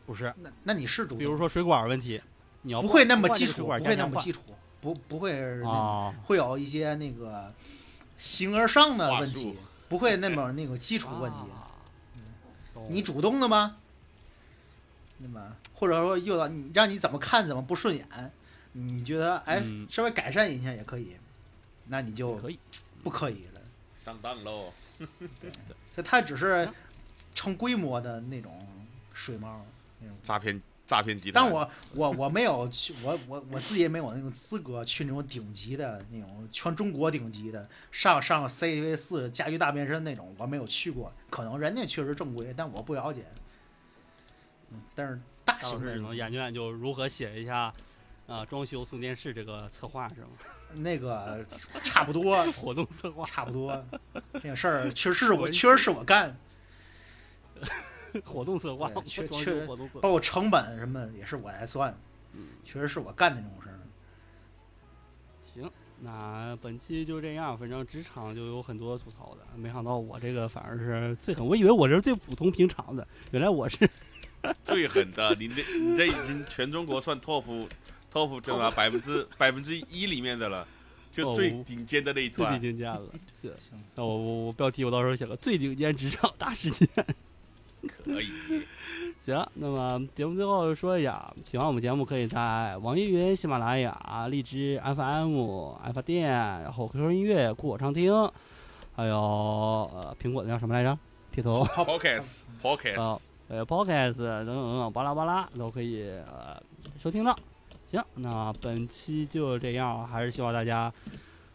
不是，那那你是主动，比如说水管问题，你要不会那么换基这个水础，管不加会那强么换基础，不不会是那种啊，会有一些那个形而上的问话题术，不会那么那个基础问题。啊懂你主动的吗？对吧？或者说诱导你，让你怎么看怎么不顺眼，你觉得哎嗯稍微改善一下也可以，那你就可以不可以了。上当喽。就它只是成规模的那种水猫那种。诈骗诈骗集团。但我我我没有去，我我我自己也没有那种资格去那种顶级的那种全中国顶级的上上 CAV 四家居大变身那种，我没有去过。可能人家确实正规，但我不了解。嗯，但是大大老型师的只能研究研究如何写一下。啊，装修送电视这个策划是吗？那个差不多，活动策划，差不多。这个事儿确实是我，确实是我干，活动策划，对 确装确修活动策划包括成本什么的也是我来算，确实是我干的这种事儿。行，那本期就这样，反正职场就有很多吐槽的，没想到我这个反而是最狠，我以为我这是最普通平常的，原来我是 最狠的，你那你这已经全中国算 top top 正啊百分之百分之一里面的了，就最顶尖的那一哦最团。顶尖了。是，行，那我我我标题我到时候写个最顶尖职场大事件。可以，行，那么节目最后说一下，喜欢我们节目可以在网易云、喜马拉雅、荔枝 FM、爱发电，然后 QQ 音乐、酷我畅听，还有呃苹果的叫什么来着？铁头。 Pockets 啊 Pockets，呃 Podcast 等等等等，巴拉巴拉都可以呃收听到。行，那本期就这样，还是希望大家，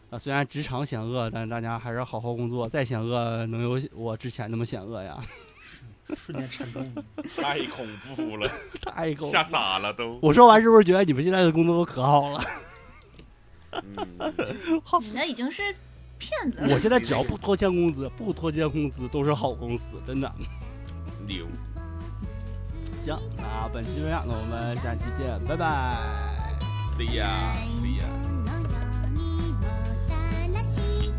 呃，虽然职场险恶，但大家还是好好工作，再险恶能有我之前那么险恶呀？ 瞬间沉重了。太恐怖了，太狗！吓傻了都。我说完是不是觉得你们现在的工作都可好了？ 嗯，你那已经是骗 子了。我现在只要不拖欠工资，不拖欠工资都是好公司，真的。牛。行，那本期就这样，那我们下期见，拜拜。 See ya，See ya。 「のようにもたらして」